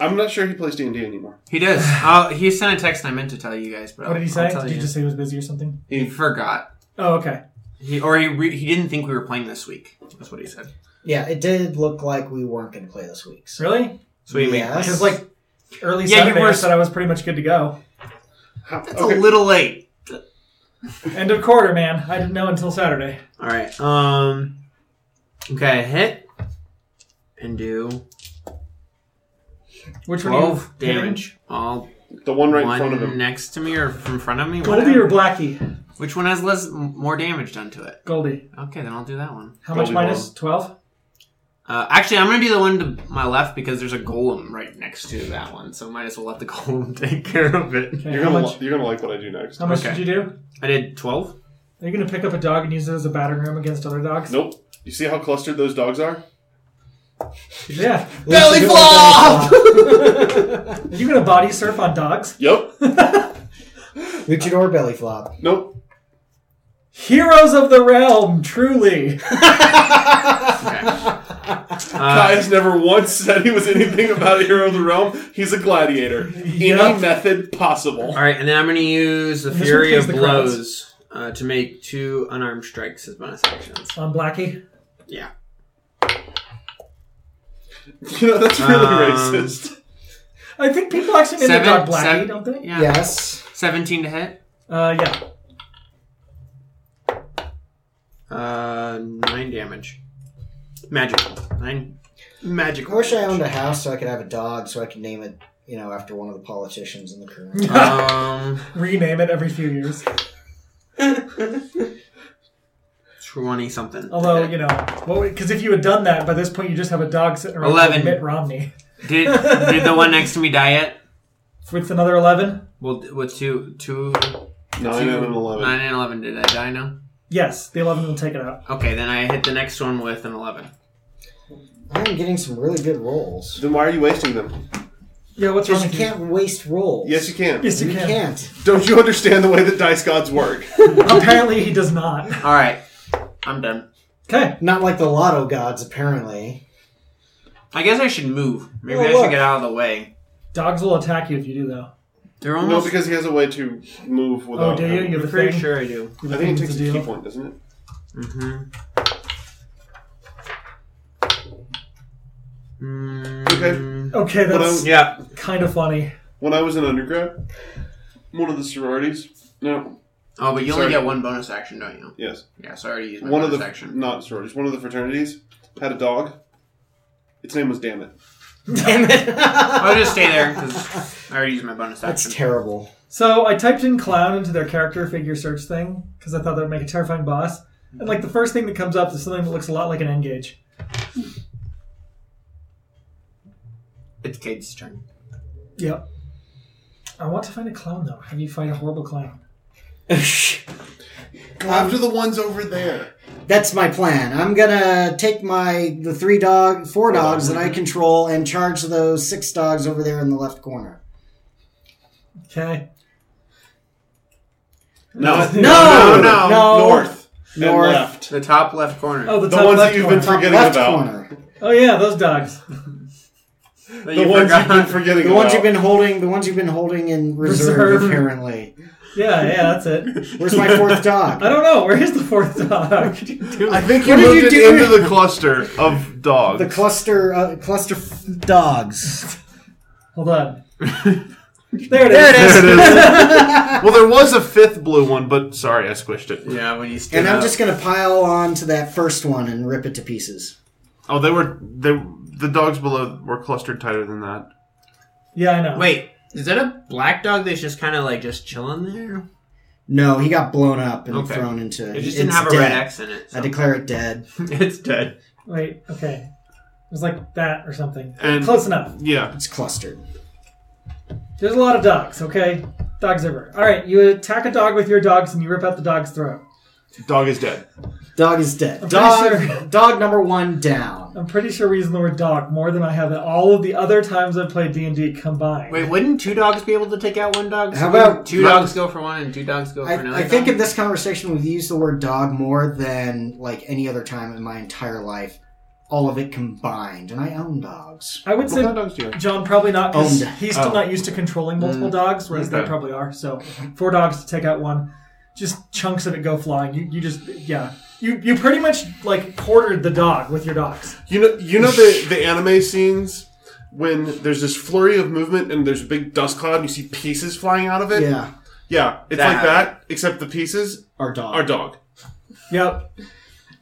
C: I'm not sure he plays D&D anymore.
E: He does. uh, he sent a text I meant to tell you guys, but
A: What did he
E: I'll
A: say?
E: tell
A: Did you just say he was busy or something?
E: He forgot.
A: Oh, okay.
E: He or he re- he didn't think we were playing this week. That's what he said.
B: Yeah, it did look like we weren't going to play this week. So.
A: Really?
E: So he made
B: Yes.
E: plans.
A: Because like early
E: Yeah, you
A: Saturday,
E: were-
A: I said I was pretty much good to go.
C: How,
E: That's a little late.
A: End of quarter, man. I didn't know until Saturday.
E: All right. Um. Okay, I hit and do
A: Which one? are you
E: twelve
A: hitting?
E: damage. All
C: the one right in
E: one
C: front of him.
E: next to me or from front of me.
A: Goldie
E: whatever.
A: or Blackie?
E: Which one has less m- more damage done to it?
A: Goldie.
E: Okay, then I'll do that one.
A: How
C: Goldie
A: much minus
C: won.
A: twelve?
E: Uh, actually, I'm gonna do the one to my left because there's a golem right next to that one, so might as well let the [LAUGHS] golem take care of it.
A: Okay,
C: You're
A: how
C: gonna,
A: much?
C: li- you're gonna like what I do next.
A: How much
E: Okay.
A: did you do?
E: I did twelve.
A: Are you gonna pick up a dog and use it as a battering ram against other dogs?
C: Nope. You see how clustered those dogs are?
A: Yeah.
E: Belly flop!
A: Are you gonna body surf on dogs?
C: Yep.
B: Luchador belly flop.
C: nope.
A: Heroes of the realm, truly. Uh,
C: Kai has never once said he was anything about a hero of the realm. He's a gladiator.
A: Yeah.
C: Any method possible. [LAUGHS]
E: All right, and then I'm gonna use the
A: And this
E: fury
A: one
E: of
A: plays the crowds.
E: blows uh, to make two unarmed strikes as bonus actions.
A: on Blackie.
E: Yeah.
C: You know, that's really
E: Um,
C: racist.
A: I think people actually made
E: Seven,
A: the dog Blackie,
E: seven-
A: don't they?
E: Yeah.
B: Yes.
E: Seventeen to hit.
A: Uh, yeah.
E: Uh, nine damage. Magical. Nine. Magical.
B: I wish I owned a house so I could have a dog so I could name it, you know, after one of the politicians in
A: [LAUGHS]
B: the current.
E: um,
A: Rename it every few years.
E: twenty something.
A: [LAUGHS] Although you know, because if you had done that by this point, you just have a dog sitting around
E: Eleven.
A: like Mitt Romney
E: did did the one next to me die yet?
A: with another eleven.
E: Well, with two, two,
C: Nine and an eleven.
E: nine and eleven. Did I die now?
A: Yes, the eleven will take it out.
E: Okay, then I hit the next one with an eleven.
B: I'm getting some really good rolls.
C: Then why are you wasting them?
A: Yeah, what's wrong?
B: Because you
A: With
B: can't waste rolls.
C: Yes, you can.
A: Yes,
B: You
A: you can.
B: can't.
C: Don't you understand the way that dice gods work?
A: Apparently, he does [LAUGHS] not.
E: All right, I'm done.
A: Okay.
B: Not like the lotto gods, apparently. [LAUGHS]
E: I guess I should move. Maybe
B: Oh,
E: I
B: look.
E: should get out of the way.
A: Dogs will attack you if you do, though.
E: They're
C: no,
E: almost.
C: because he has a way to move without.
A: Oh, do you?
C: having-
A: You have
E: I'm
A: a
E: pretty
A: thing?
E: sure I do.
A: You have
C: I
A: a thing
C: think it takes
A: to do.
C: a key point, doesn't it?
E: Mm-hmm.
C: Okay.
A: Okay,
C: Well,
A: that's
E: Yeah.
A: kind of funny.
C: When I was an undergrad, one of the sororities. No.
E: Oh, but you
C: Sorry.
E: only get one bonus action, don't you?
C: Yes.
E: Yeah, so I already used my
C: One of
E: bonus
C: the
E: action.
C: not sororities. One of the fraternities had a dog. Its name was Damn It.
B: Damn it.
E: I'll just stay there because I already used my bonus action.
B: That's
C: [LAUGHS]
B: terrible.
A: So I typed in clown into their character figure search thing because I thought that would make a terrifying boss. And like the first thing that comes up is something that looks a lot like an N gauge.
E: it's Kate's turn.
A: Yep. I want to find a clown though. Have you fight a horrible clown?
B: After
C: the ones over there.
B: That's my plan. I'm gonna take my the three dog, four dogs that I control, and charge those six dogs over there in the left corner.
A: Okay. No.
C: No. [LAUGHS] No, no.
B: Oh, No.
C: North.
B: North.
C: And left.
E: Oh, The top left corner.
A: Oh, the,
C: The
A: top
C: ones
A: left
C: that you've
A: corner.
C: been
B: Top
C: forgetting
B: left
C: about.
B: corner.
A: Oh yeah, those dogs.
E: That
C: The
E: you
C: ones you've
E: forgot.
C: been forgetting
B: The ones
C: about.
B: you've been holding, the ones you've been holding in reserve,
A: Reserve.
B: apparently.
A: Yeah, yeah, that's it.
B: Where's my
C: [LAUGHS]
B: fourth dog?
A: I don't know. Where is the fourth dog?
C: I think you
B: What did
C: moved
B: you
C: it
B: do?
C: into the cluster of dogs.
B: The cluster, uh, cluster f-
C: [LAUGHS]
B: dogs.
A: Hold on. There it is.
B: There it
C: There it is.
B: [LAUGHS]
C: well, there was a fifth blue one, but sorry, I squished it.
E: Yeah, when you stood
B: And I'm
E: up.
B: just gonna pile on to that first one and rip it to pieces.
C: Oh, they were they the dogs below were clustered tighter than that.
A: Yeah, I know.
E: Wait, is that a black dog that's just kind of like just chilling there?
B: No, he got blown up and
E: Okay.
B: thrown into.
E: It
B: it's
E: just didn't have a red
B: dead.
E: X in it.
B: I
E: so-
B: declare it dead.
E: [LAUGHS] it's dead.
A: Wait, okay. It was like that or something.
C: And-
A: Close enough.
C: Yeah.
B: It's clustered.
A: There's a lot of dogs, okay? Dogs everywhere. All right, you attack a dog with your dogs and you rip out the dog's throat.
C: Dog is dead.
B: Dog is dead.
A: pretty
B: Dog,
A: sure-
B: dog number one down.
A: I'm pretty sure we use the word dog more than I have in all of the other times I've played D&D combined.
E: Wait, wouldn't two dogs be able to take out one dog?
B: How
E: wouldn't
B: about-
E: two
C: How-
E: dogs go for one and two dogs go for another?
B: I, I think
E: dog?
B: in this conversation we've used the word dog more than like any other time in my entire life. All of it combined, and I own dogs.
A: I would
C: What kind
A: say
C: of dogs do you have?
A: John probably not because
B: Owned.
A: he's still
C: Oh.
A: not used to controlling multiple dogs, whereas they
C: Okay.
A: probably are. So four dogs to take out one, just chunks of it go flying. You, you just yeah. You you pretty much like quartered the dog with your dogs.
C: You know, you know the the anime scenes when there's this flurry of movement and there's a big dust cloud and you see pieces flying out of it.
B: Yeah,
C: Yeah, it's
E: That.
C: like that, except the pieces
B: our dog,
C: are dog.
A: Yep.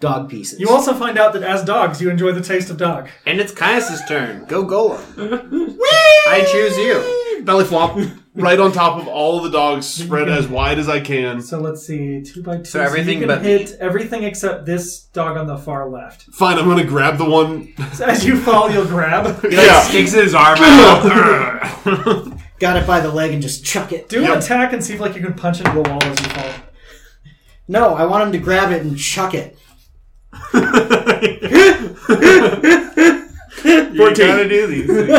B: dog pieces.
A: You also find out that as dogs, you enjoy the taste of dog.
E: And it's Caius' turn. Go Golem. I choose you.
C: Belly flop right on top of all the dogs, spread as wide as I can.
A: So let's see, two by two.
E: So everything
A: you can
E: but me.
A: hit everything except this dog on the far left.
C: Fine, I'm gonna grab the one.
A: So as you fall, you'll
E: [LAUGHS]
A: grab.
E: He like
C: Yeah.
E: sticks his arm
C: [LAUGHS]
E: out.
B: Got it by the leg and just chuck it.
A: Do an
C: Yep.
A: attack and see if like you can punch into a wall as you fall.
B: No, I want him to grab it and chuck it.
C: You gotta do these things.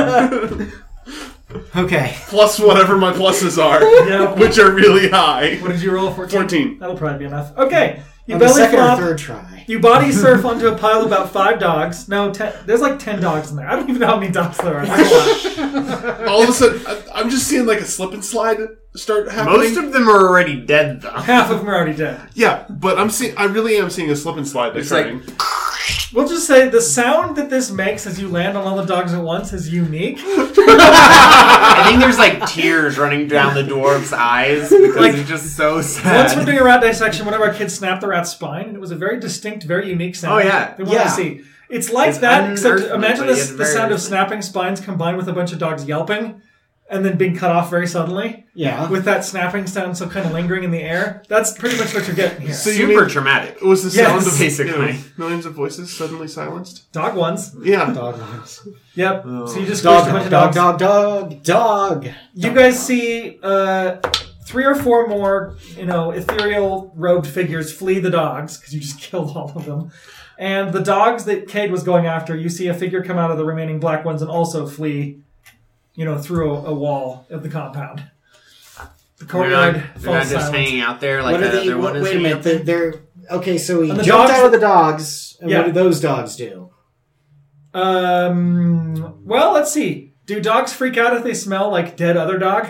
B: Okay.
C: plus whatever my pluses [LAUGHS] are,
A: Yeah.
C: which are really high.
A: What did you roll? Fourteen.
C: 14.
A: That'll probably be enough. Okay. You
B: On the
A: belly
B: second
A: flop.
B: or third try.
A: You
B: [LAUGHS]
A: body surf onto a pile of about five dogs. No, ten, there's like ten dogs in there. I don't even know how many dogs there are. There's a
B: [LAUGHS]
A: lot.
C: All of a sudden, I- I'm just seeing like a slip and slide start happening.
E: Most of them are already dead, though.
A: Half of them are already dead.
C: yeah, but I'm seeing. I really am seeing a slip and slide
E: It's
C: that's
E: like-
C: happening.
A: We'll just say the sound that this makes as you land on all the dogs at once is unique.
E: [LAUGHS] I think there's like tears running down the dwarf's eyes because
A: Like-
E: he's just so
A: Once we're
E: sad.
A: doing a rat dissection, one of our kids snapped the rat's spine, and it was a very distinct, very unique sound.
E: Oh, yeah.
A: They wanted
B: Yeah.
A: to see. It's like
E: It's
A: that, except
E: unearthly,
A: imagine
E: but
A: this,
E: yet
A: the
E: very
A: sound of
E: earthly.
A: snapping spines combined with a bunch of dogs yelping and then being cut off very suddenly
B: Yeah.
A: with that snapping sound so kind of lingering in the air. That's pretty much what you're getting here.
C: you
E: Super
C: mean-
E: traumatic.
C: It was the
A: Yes.
C: [LAUGHS] sound of
E: Basically.
C: you know, millions of voices suddenly silenced.
A: Dog ones.
C: Yeah,
B: dog dogs.
A: Yep. So you just squished a bunch
B: Dog,
A: of
B: dog,
A: dogs.
B: dog, dog, dog.
A: You guys see uh, three or four more, you know, ethereal robed figures flee the dogs because you just [LAUGHS] killed all of them. And the dogs that Cade was going after, you see a figure come out of the remaining black ones and also flee, you know, through a, a wall of the compound. The
E: They're not,
A: courtyard
E: they're not
A: falls
E: just
A: silent.
E: hanging out there like
B: what are
E: the
B: the?
E: other
B: what-
E: one is.
B: wait a
E: hanging
B: minute.
E: out
B: The,
E: there.
B: they're okay. So he
A: And the
B: jumped
A: dogs-
B: out of the dogs. And
A: Yeah.
B: What do those dogs do?
A: Um, well, let's see. Do dogs freak out if they smell like dead other dog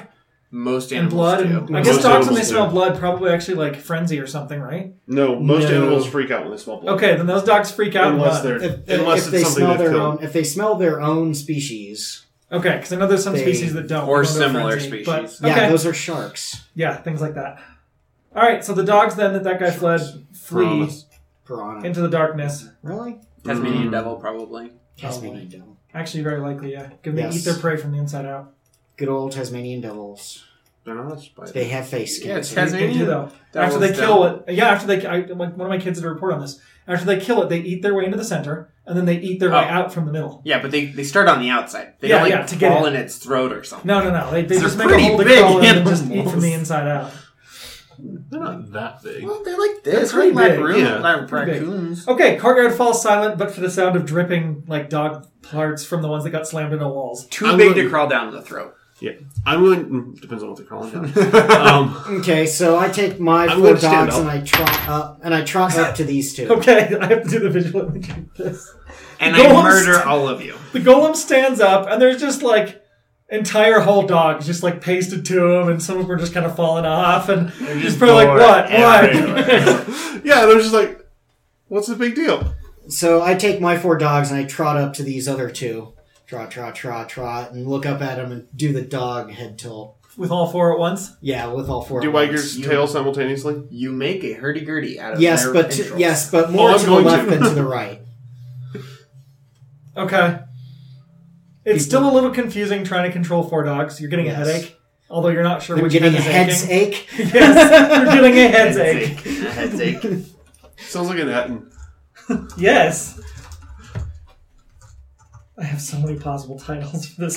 E: Most
A: and
E: animals
A: blood?
E: do.
A: And I guess dogs when
C: Most
A: they
C: animals do.
A: smell blood probably actually like frenzy or something, right?
C: no. Most
B: No.
C: animals freak out when they smell blood.
A: Okay, then those dogs freak out. and
C: unless
A: run.
C: they're
B: If,
C: unless
B: if
C: it's
B: they
C: something
B: smell
C: they've
B: their
C: killed.
B: own, if they smell their own species,
A: Okay, because I know there's some
B: They-
A: species that don't.
E: or
A: we don't know
E: similar
A: frenzy, but-
E: species.
B: yeah,
A: okay.
B: those are sharks,
A: yeah, things like that. All right, so the dogs then that that guy fled flee
C: Promise.
B: piranha.
A: into the darkness.
B: really?
E: Tasmanian devil, probably.
B: Tasmanian devil.
A: Actually, very likely, yeah. Give them
B: Yes.
A: eat their prey from the inside out.
B: Good old Tasmanian devils.
C: They're not a spider.
B: They have face skin.
E: Yeah, it's
A: They- They do
E: Tasmanian.
A: though. after they
E: devils
A: kill
E: don't.
A: it, yeah. After they, I, one of my kids did a report on this. After they kill it, they eat their way into the center, and then they eat their way
E: Oh.
A: out from the middle.
E: Yeah, but they, they start on the outside. They
A: Yeah,
E: don't like
A: yeah, to get
E: crawl
A: in.
E: in its throat or something.
A: No, no, no. They, they
E: They're
A: just make a
E: pretty
A: hole to
E: big
A: crawl in and just eat
E: animals.
A: from the inside out.
C: They're not that big.
E: Well, they're like this.
A: They're pretty
E: Like
A: big,
E: raccoon,
C: yeah.
E: like
A: Pretty big.
E: raccoons.
A: Okay, courtyard falls silent, but for the sound of dripping like dog parts from the ones that got slammed into walls.
E: Too
C: I'm
E: big
C: gonna-
E: to crawl down the throat.
C: Yeah, I'm going. mm, Depends on what they're [LAUGHS] crawling down. um,
B: Okay, so I take my
C: I'm
B: four
C: gonna stand
B: dogs
C: up.
B: and I trot up and I trot up to these two.
A: [LAUGHS] Okay, I have to do the visual image of this.
E: And
A: Go
E: I
A: on,
E: murder
A: st-
E: all of you.
A: The golem stands up, and there's just like entire whole dogs just like pasted to him, and some of them are just kind of falling off, and he's
E: just
A: probably
E: gore
A: like, "What? What?"
E: everywhere.
C: [LAUGHS] yeah, they're just like, what's the big deal?
B: So I take my four dogs and I trot up to these other two. Trot, trot, trot, trot, and look up at them and do the dog head tilt.
A: [LAUGHS] With all four at once.
B: Yeah, with all four.
C: Do
B: at once.
C: Wagner's tail simultaneously?
E: You make a hurdy-gurdy out of
B: Yes,
E: their
B: but to,
E: entrails.
B: yes, but more
C: Oh, I'm
B: to the
C: going to.
B: left than to the right.
A: Okay. It's
B: People-
A: still a little confusing trying to control four dogs. You're getting
B: Yes.
A: a headache, although you're not sure
B: They're
A: which
B: getting a
A: head
B: head's
A: is aching. [LAUGHS]
B: ache.
A: yes, you're getting a head's
B: [LAUGHS]
E: Heads [LAUGHS]
A: ache.
E: ache. Heads ache.
C: Sounds like an Atten.
A: Yes. I have so many possible titles for this.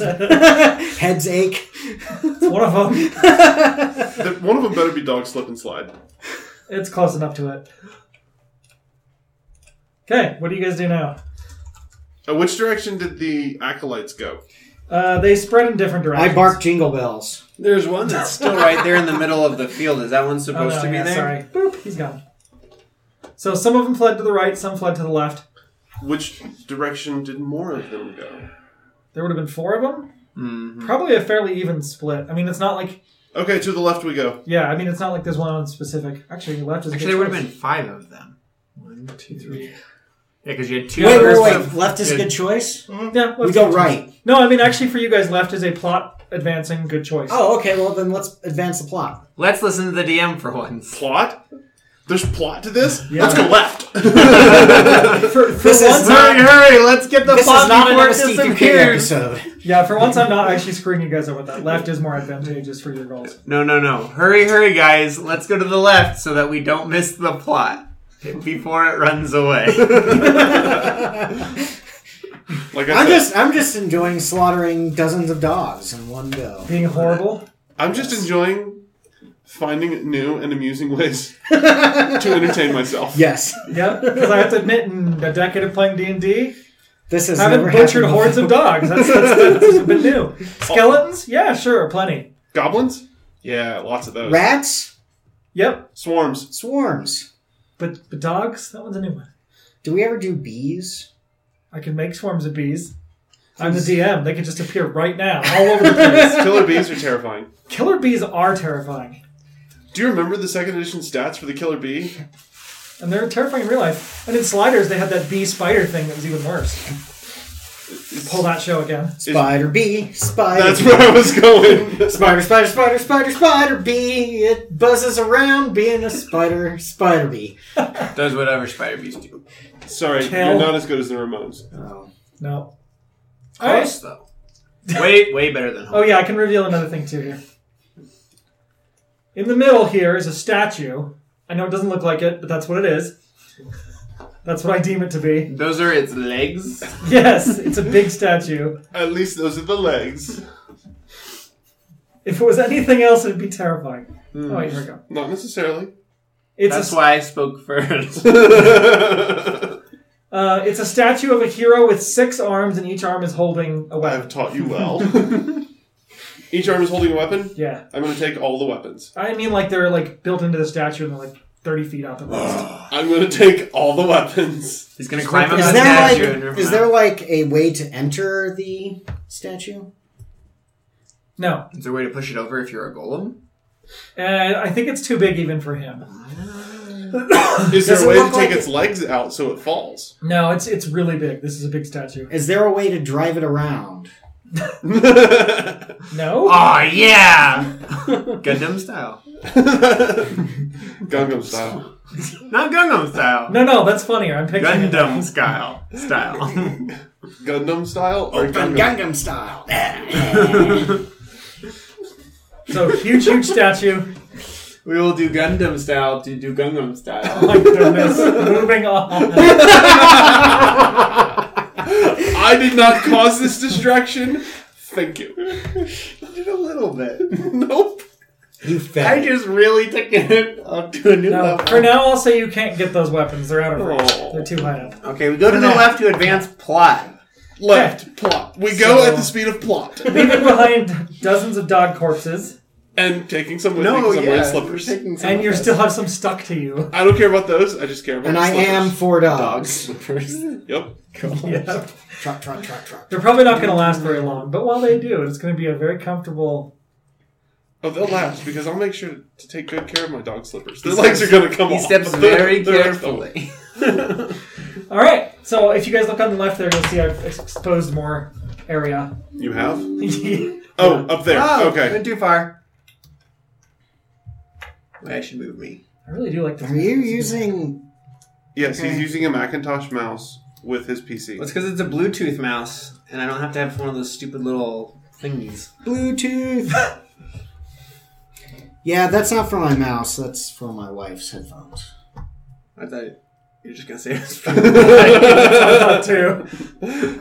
A: [LAUGHS]
B: Head's ache.
A: It's one of them.
C: The- One of them better be dog slip and slide.
A: It's close enough to it. Okay, what do you guys do now?
C: Uh, which direction did the acolytes go?
A: Uh, they spread in different directions.
B: I bark jingle bells.
E: There's one that's still right there in the middle of the field. Is that one
A: Oh,
E: supposed
A: no,
E: to be
A: yeah,
E: there?
A: sorry. Boop, he's gone. So some of them fled to the right, some fled to the left.
C: Which direction did more of them go?
A: There would have been four of them. Probably a fairly even split. I mean, it's not like
C: Okay, to the left we go.
A: yeah. I mean, it's not like there's one specific. Actually, left is a
F: Actually, there
A: good
F: would have
A: choice.
F: been five of them. One, two, three. Yeah, because you had two.
B: Wait, wait,
F: groups
B: wait.
F: of-
B: Left is
F: you
B: good
F: had-
B: choice.
A: Yeah, left
B: We
A: is a
B: go
A: good
B: right.
A: choice. No, I mean actually for you guys, left is a plot advancing good choice.
B: Oh, okay. Well, then let's advance the plot.
F: Let's listen to the DM for
E: [LAUGHS]
F: once.
C: Plot? There's plot to this?
A: Yeah.
C: Let's go left.
A: for, for
B: This
A: once,
B: is
E: Hurry, hurry! Let's get the
B: This is
E: plot
B: not
E: before
B: another
E: it
B: Steve Duquesne
E: disappears.
B: episode.
A: yeah. For once, I'm not actually screwing you guys up with that. Left is more advantageous for your goals.
E: No, no, no! Hurry, hurry, guys! Let's go to the left so that we don't miss the plot before it runs
C: [LAUGHS]
E: away. [LAUGHS]
C: Like I
B: [LAUGHS] I'm
C: said,
B: just, I'm just enjoying slaughtering dozens of dogs in one go.
A: Being horrible.
C: I'm just enjoying finding new and amusing [LAUGHS] ways to entertain myself.
B: Yes,
A: Yeah, because I have to admit, in a decade of playing D and D,
B: this has
A: haven't
B: never
A: butchered
B: happened Oh.
A: hordes of dogs. That's, that's, that's a bit
B: [LAUGHS]
A: new. Skeletons? Yeah, sure, plenty.
C: Goblins? Yeah, lots of those.
B: before. Rats,
A: Yep,
C: Swarms.
B: swarms.
A: but but dogs? That one's a new one.
B: Do we ever do bees?
A: I can make swarms of bees. I'm the DM. They could just appear right now, all over the
B: [LAUGHS]
A: place.
C: Killer bees are terrifying.
A: Killer bees are terrifying,
C: Do you remember the second edition stats for the killer bee?
B: [LAUGHS]
A: and they're terrifying in real life. And in Sliders, they had that bee spider thing that was even worse. Pull that show again.
B: Spider bee, spider.
C: That's
B: bee.
C: where I was
B: [LAUGHS]
C: going.
B: Spider, spider, spider, spider, spider bee. It buzzes around being a spider, spider bee.
E: Does whatever spider bees do.
C: Sorry,
A: Hell.
C: you're not as good as the Ramones.
B: Oh.
A: No. All right.
E: Close though. Way, way better than.
A: Oh yeah, I can reveal another thing too here. In the middle here is a statue. I know it doesn't look like it, but that's what it is. That's what I deem it to
E: [LAUGHS]
A: be.
E: Those are its legs.
A: Yes, it's a big statue.
C: At least those are the legs.
A: If it was anything else, it'd be terrifying. Oh, wait, here we go.
B: [LAUGHS]
C: Not necessarily.
A: It's
E: Hmm. That's
A: a,
E: why I spoke [LAUGHS] first.
A: uh, it's a statue of a hero with six arms, and each arm is holding a
C: I
A: weapon.
C: have taught
B: [LAUGHS]
C: you well. Each arm is holding a weapon.
A: Yeah,
C: I'm going to take all the weapons.
A: I mean like they're like built into the statue, and they're like thirty feet up at
E: [GASPS]
A: least.
C: I'm going to take all
B: [LAUGHS]
C: the weapons.
E: He's gonna climb up
B: Is
E: the
B: there
E: statue.
B: like,
E: and rip
B: is
E: it
B: there
E: out.
B: like a way to enter the statue?
A: No,
E: Is there a way to push it over if you're a golem?
A: and I think it's too big even for him.
B: Does
C: Is there
B: it
C: a way to
B: look
C: take
B: like
C: its legs out so
B: [LAUGHS]
C: it falls?
A: No, it's it's really big. This is a big statue.
B: Is there a way to drive it around?
A: No.
E: Oh [LAUGHS] yeah, Gundam style,
C: Gungam style.
E: not Gundam style.
A: No, no, that's funnier. I'm picturing it.
E: Gundam style style.
C: Gundam style?
B: Oh,
C: Or Gungam?
B: Gangnam style.
A: So huge, huge statue.
E: [LAUGHS] we will do Gundam style to do Gundam style. [LAUGHS]
A: My goodness. Moving on.
C: I did not cause this distraction. Thank you.
E: [LAUGHS] Did a little bit.
C: Nope.
B: You
E: I
B: fat.
E: just really took it up to a new
A: No,
E: level.
A: for now, I'll say you can't get those weapons. They're out of reach. They're too high up.
E: Okay, we go to
A: For
E: the
A: now.
E: left to advance plot.
F: Left plot. We go
A: So-
F: at the speed of plot.
A: Leaving behind dozens of dog corpses,
F: and
C: Taking some with
E: No,
C: no,
E: yeah.
C: yeah.
E: we're
C: slippers.
E: taking some
A: and you
E: of
A: still have some stuck to
B: [LAUGHS]
A: you.
C: I don't care about those. I just care about
B: And
C: the
B: I am
C: slippers.
B: four dogs.
E: dogs first.
C: Yep.
A: Yeah.
B: Trot, trot, trot, trot.
A: They're probably not going to last very long, but while they do, it's going to be a very comfortable.
C: Oh, they'll last because I'll make sure to take good care of my dog slippers. Their legs are going to come
E: He
C: off.
E: [LAUGHS] steps
C: Their-
E: very
C: their legs
E: carefully.
A: All right, so if you guys look on the left there, you'll see I've exposed more area. [LAUGHS]
C: don't. You have?
A: You're
C: Oh, up there. [LAUGHS]
E: Oh,
C: okay.
E: Went too far. Wait, I should move me.
A: I really do like this.
B: Are
A: [LAUGHS]
B: you using?
C: Yes,
B: Okay.
C: he's using a Macintosh mouse with his PC.
E: Well, it's because it's a Bluetooth mouse, and I don't have to have one of those stupid little thingies.
B: Bluetooth. yeah, that's not for my mouse. That's for my wife's headphones.
E: I thought you were just gonna say it's
A: [LAUGHS]
E: from-
A: too.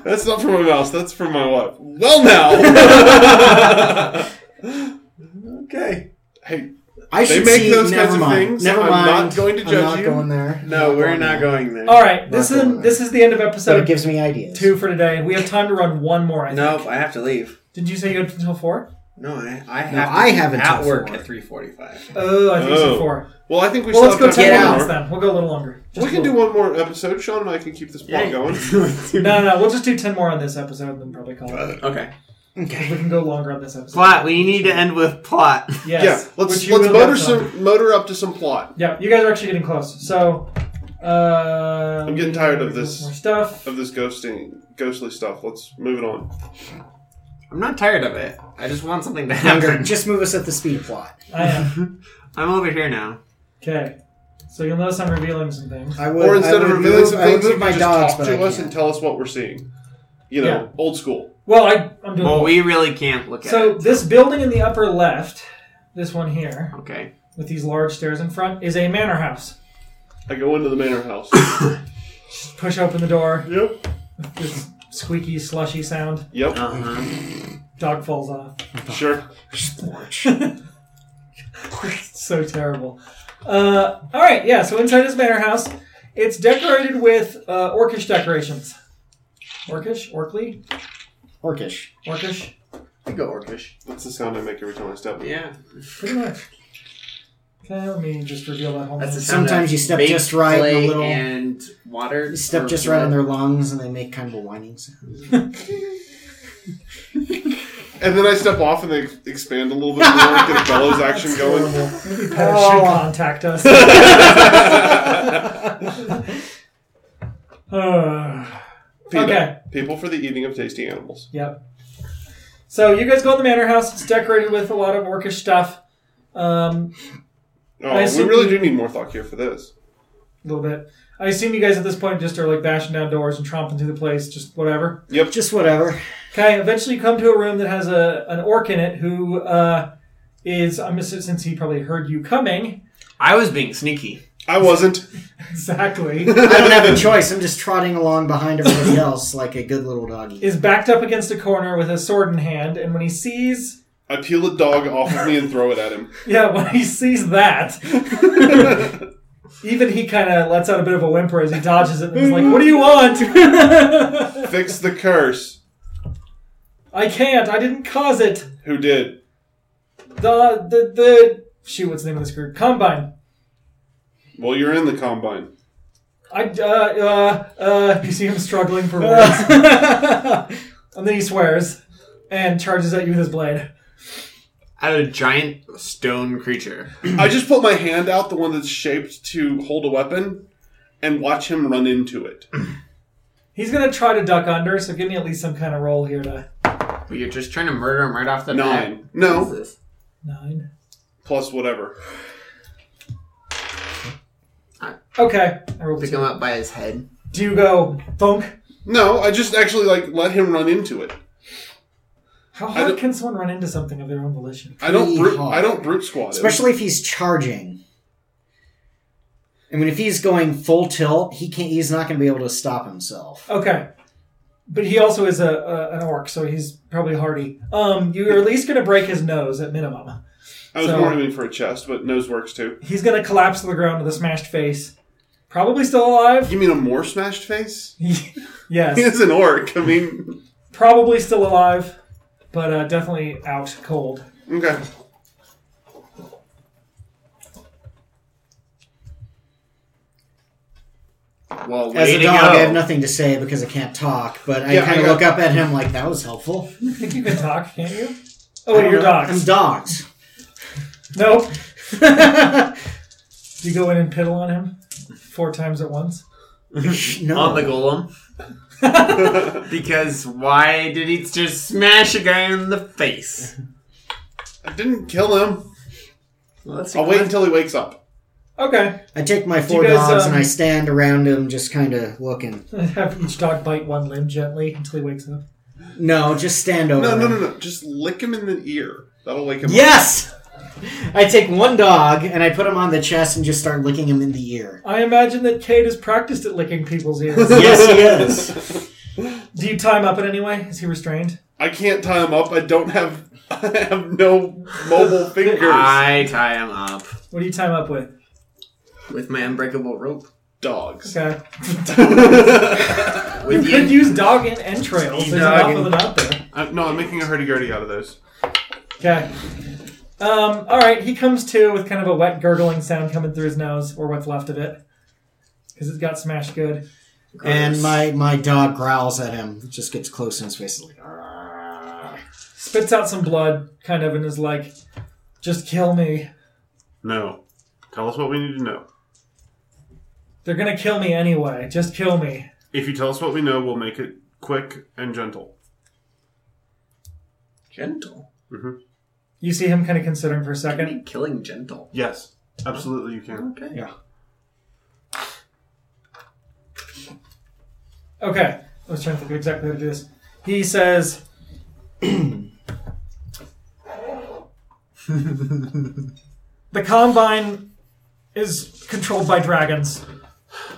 C: That's not for my mouse. That's for my wife. Well,
E: [LAUGHS]
C: now.
E: okay.
C: hey,
B: I
C: They
B: should
C: make
B: see.
C: those
B: never
C: kinds of
B: mind.
C: things.
B: Never
C: I'm
B: mind.
C: not going to
B: I'm
C: judge
B: not
C: you.
B: going there.
E: No, we're not going there.
A: All right, this is this is the end of
B: So it
A: episode
B: gives me ideas.
C: [LAUGHS]
A: two for today. We have time to run one more. I
E: Nope,
A: think.
E: I have to leave.
A: Did you say you had until four?
E: No, I, I have.
B: No,
E: to
B: I
E: be
B: have until
E: at work
B: four.
E: at three forty-five.
A: Oh, I think so
C: Oh.
A: four.
C: well, I think we
A: Well,
C: still
A: let's go
C: have time
A: ten
C: for
E: out.
C: one
A: minutes
C: more.
A: then. We'll go a little longer.
C: We can do one more episode. Sean and I can keep this plot going.
A: No, no, no. We'll just do ten more on this episode, and then probably call it.
E: Okay.
A: We
B: [LAUGHS] Okay.
A: can go longer on this episode.
E: Plot. We need to end with plot. [LAUGHS]
A: Yes.
C: Yeah, let's
A: which you
C: let's
A: will
C: motor
A: get some.
C: some motor up to some plot
A: Yeah, you guys are actually getting close. So, uh,
C: I'm getting tired of this.
A: More stuff.
C: of this ghosting ghostly stuff. Let's move it on.
E: I'm not tired of it. I just want something to
B: Younger,
E: happen.
B: just move us at the speed of plot.
A: I
C: [LAUGHS]
A: am.
E: I'm over here now.
A: Okay. So you'll notice I'm revealing some things.
B: I would,
C: or instead
B: I
C: of
B: would
C: revealing
B: move,
C: some
B: I would
C: things, you
B: move
C: can
B: my
C: just
B: dogs,
C: talk
B: but
C: to
B: I
C: us
B: can't.
C: and tell us what we're seeing. You know,
A: Yeah.
C: old school.
A: Well, I, I'm doing.
E: Well,
A: both.
E: we really can't look at
A: so
E: it.
A: this building in the upper left, this one here,
E: Okay.
A: with these large stairs in front, is a manor house.
C: I go into the
A: [COUGHS]
C: manor house.
A: Just push open the door.
C: yep.
A: This squeaky, slushy sound.
C: Yep.
E: Uh huh.
A: Dog falls off.
B: Ah.
C: Sure.
A: It's so terrible. Uh, all right, yeah. So inside this manor house, it's decorated with uh, orcish decorations. Orcish, orcly,
B: Orcish.
A: orcish.
E: You go orcish.
C: That's the sound I make every time I step. in.
E: Yeah.
A: Pretty much. Okay, let me just reveal that whole
E: That's the
A: thing.
E: sound
B: Sometimes
E: of
B: you step
E: baked
B: just right and a
E: clay
B: little-
E: and water.
B: You step
E: or
B: just right on
E: blood.
B: their lungs and they make kind of a whining sound.
C: And then I step off and they expand a little bit more, get a
B: [LAUGHS]
C: bellows action going.
A: Maybe Pat should contact us. Uh,
C: Peanut.
A: Okay.
C: People for the eating of tasty animals.
A: yep. So you guys go in the manor house. It's decorated with a lot of orcish stuff. Um, I
C: Oh, we
A: assume-
C: really do need more thought here for this.
A: a little bit. I assume you guys at this point just are like bashing down doors and tromping through the place, just whatever.
B: Just
C: [LAUGHS]
B: whatever.
A: Okay, eventually you come to a room that has a an orc in it who uh, is, I'm assuming, since he probably heard you coming. [LAUGHS]
E: I was being sneaky.
C: I wasn't.
A: Exactly.
B: I don't have a choice. I'm just trotting along behind
C: [LAUGHS]
B: everybody else like a good little doggy.
A: is backed up against a corner with a sword in hand, and when he sees
C: I peel a dog off of me and throw it at him.
A: Yeah, when he sees that, [LAUGHS] even he kind of lets out a bit of a whimper as he dodges it and is like, What do you want? [LAUGHS]
C: Fix the curse.
A: I can't. I didn't cause it.
C: Who did?
A: The, the, the, shoot, what's the name of this group? Combine.
C: Well, you're in the combine. [CLEARS THROAT]
A: I, uh, uh, uh, you see him struggling [LAUGHS] for words. and then he swears and charges at you with his blade.
E: At a giant stone creature.
C: I just put my hand out, the one that's shaped to hold a weapon, and watch him run into it.
A: He's gonna try to duck under, so give me at least some kind of roll here to
E: But you're just trying to murder him right off the bat.
C: Nine.
E: What is
C: No,
E: this?
A: nine.
C: plus whatever.
A: Okay, I rolled a
E: Pick
A: two.
E: him up by his head.
A: Do you go thunk?
C: No, I just actually like let him run into it.
A: How
C: I
A: hard
C: don't-
A: can someone run into something of their own volition?
C: I don't. Brute,
B: Yeehaw.
C: I don't brute squat. him.
B: Especially if he's charging. I mean, if he's going full tilt, he can't. He's not going to be able to stop himself.
A: Okay, but he also is a, a an orc, so he's probably hardy. Um, you are at least going to break his nose at minimum.
C: I was
A: So-
C: more aiming for a chest, but nose works too.
A: He's going to collapse to the ground with a smashed face. Probably still alive. [LAUGHS]
C: You mean a more smashed face? He
A: yes.
C: is an orc. I mean,
A: Probably still alive, but uh, definitely out cold.
C: okay. [LAUGHS] Well,
B: As
C: way
B: a
C: to
B: dog, I have
C: go.
B: nothing to say because I can't talk, but I
C: Oh, Yeah,
B: kind
C: I
B: of
C: got-
B: look up at him like, that was helpful.
A: I think you can talk, can't you?
B: I
A: Oh,
B: don't
A: you're
B: know. I'm
A: dogs.
B: dogs.
C: [LAUGHS]
A: Nope. [LAUGHS] You go in and piddle on him four times at once.
B: no.
E: on the golem. because why did he just smash a guy in the face?
C: I didn't kill him.
E: Well, that's
C: I'll wait until he wakes up.
A: Okay. [LAUGHS]
B: I take my four
A: you guys,
B: dogs and
A: um,
B: I stand around him, just kind of looking.
A: Have each dog bite one limb gently until he wakes up.
B: No, just stand over.
C: No, no,
B: him.
C: no, no. Just lick him in the ear. That'll wake him up.
B: Yes. I take one dog and I put him on the chest and just start licking him in the ear.
A: I imagine that Kate is practiced at licking people's ears.
B: [LAUGHS] Yes, he is.
A: Do you tie him up in any way? Is he restrained?
C: I can't tie him up. I don't have. [LAUGHS] I have no mobile fingers.
E: I tie him up
A: What do you tie him up with?
E: with my unbreakable rope.
A: [LAUGHS]
C: Dogs. [LAUGHS]
A: Okay. You
E: With
A: could
E: you,
A: use dog and entrails. There's
E: Dog
A: enough of
E: and-
A: them out there.
C: I, no, I'm making a hurdy-gurdy out of those.
A: Okay. Um, all right, he comes to with kind of a wet gurgling sound coming through his nose, or what's left of it, because it's got smashed good.
B: And my, my dog growls at him. It just gets close in his face. Like, "Arrgh."
A: Spits out some blood, kind of, and is like, "Just kill me.
C: No. Tell us what we need to know.
A: They're gonna kill me anyway. Just kill me."
C: If you tell us what we know, we'll make it quick and gentle.
E: gentle.
A: You see him kind of considering for a
E: I can
A: second.
E: be killing gentle.
C: Yes, absolutely, you can.
E: Okay.
B: Yeah.
A: Okay, I was trying to think of exactly how to do this. He says, "The combine is controlled by dragons."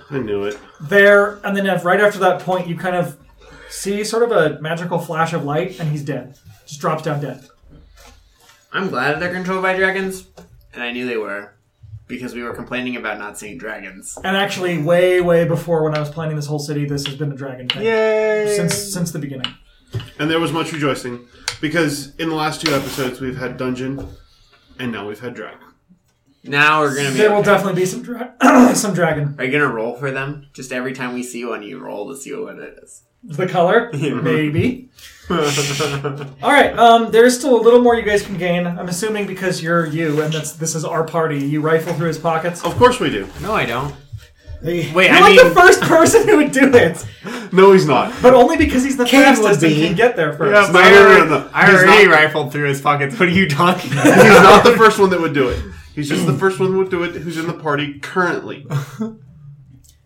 C: I knew it.
A: there, and then if right after that point, you kind of see sort of a magical flash of light, and he's dead. Just drops down dead.
E: I'm glad they're controlled by dragons, and I knew they were because we were complaining about not seeing dragons.
A: And actually, way, way before when I was planning this whole city, this has been a dragon thing.
E: Yay!
A: Since since the beginning.
C: And there was much rejoicing because in the last two episodes we've had dungeon, and now we've had dragon.
E: now we're gonna be.
A: There will definitely be some dra- [COUGHS] some dragon.
E: Are you gonna roll for them? Just every time we see one, you roll to see what it is.
A: The color, maybe. [LAUGHS] All right. Um, there's still a little more you guys can gain. I'm assuming because you're you, and that's this is our party. You rifle through his pockets.
C: Of course we do.
E: No, I don't.
B: Hey,
E: Wait,
A: You're
E: I
A: like
E: mean,
A: the first person who would do it,
C: No, he's not. [LAUGHS]
A: but only because he's the
B: Cade would
A: fastest and
B: be.
A: can get there first.
C: Yeah,
E: I
C: No, no,
E: already,
C: no, no.
E: I
C: He's
E: already
C: not-
E: rifled through his pockets. What are you talking about?
C: He's not the first one that would do it. He's just the first one who would do it who's in the party currently.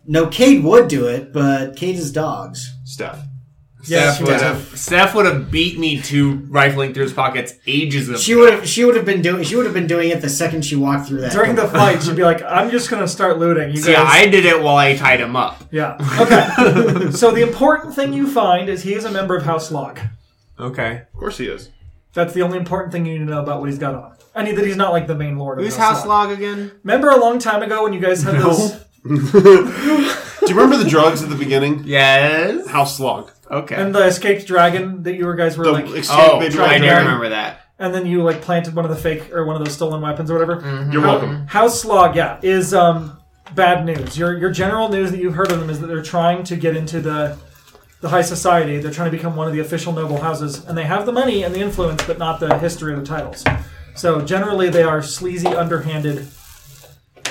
B: No, Cade would do it, but Cade is dogs.
C: Steph.
A: Yes,
E: Steph
A: you
E: would
A: would.
E: have. Steph would have beat me to rifling through his pockets ages ago.
B: She would have she would have been doing she would have been doing it the second she walked through that.
A: during
B: door.
A: the fight, she'd be like, "I'm just gonna start looting." You guys,
E: yeah, I did it while I tied him up.
A: yeah. Okay. so the important thing you find is he is a member of House Log.
E: Okay.
C: Of course he is.
A: That's the only important thing you need to know about what he's got on. I mean that he's not like the main lord.
E: Who's
A: of House,
E: house log again?
A: Remember a long time ago when you guys had this,
C: Do you remember the drugs at the beginning?
E: Yes.
C: House slog.
E: Okay.
A: and the escaped dragon that you were guys were
C: The
A: like,
C: escape
E: oh,
C: baby
E: I
A: dragon.
E: do
C: dragon.
E: remember that.
A: and then you like planted one of the fake or one of those stolen weapons or whatever.
E: Mm-hmm.
C: You're welcome.
A: House Log, yeah, is um, bad news. Your your general news that you've heard of them is that they're trying to get into the the high society. They're trying to become one of the official noble houses, and they have the money and the influence, but not the history or the titles. So generally, they are sleazy, underhanded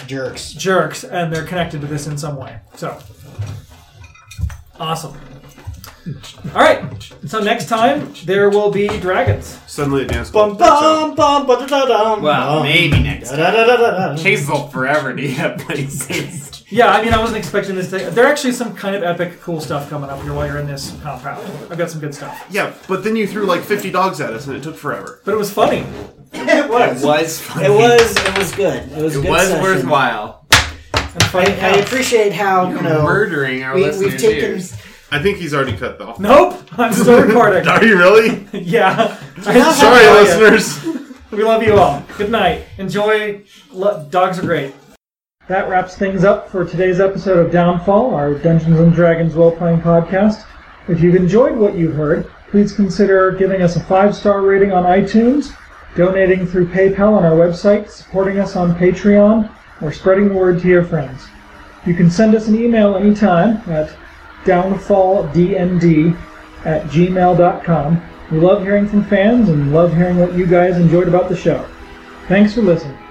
B: jerks.
A: jerks, and they're connected to this in some way. So awesome. All right. So next time there will be dragons.
C: Suddenly a dance.
B: Bum
C: club breaks out.
B: bum bum ba da da dum.
E: Well,
B: bum.
E: maybe next.
B: Da da da da da.
E: Chase will forever need that places.
A: Yeah, I mean, I wasn't expecting this. To, there are actually some kind of epic, cool stuff coming up here while you're in this compound. I've got some good stuff,
C: Yeah, but then you threw like 50 dogs at us and it took forever.
A: but it was funny.
B: It was.
E: was funny.
B: It was. It was good. It was. a
E: It
B: good
E: was
B: session.
E: worthwhile.
A: And
B: I,
A: funny
B: I appreciate how you know
E: Murdering our
B: we,
E: listeners.
B: we've taken.
E: ears.
C: I think he's already cut off. [LAUGHS]
A: Nope, I'm still recording.
C: Are you really? Oh,
A: yeah, I
B: Sorry,
A: tell
C: [LAUGHS] Sorry,
A: ya.
C: listeners.
A: We love you all. Good night. Enjoy. Lo- dogs are great. That wraps things up for today's episode of Downfall, our Dungeons and Dragons role playing podcast. If you've enjoyed what you heard, please consider giving us a five star rating on iTunes, donating through PayPal on our website, supporting us on Patreon, or spreading the word to your friends. You can send us an email anytime at downfalldnd at gmail.com. We love hearing from fans and love hearing what you guys enjoyed about the show. Thanks for listening.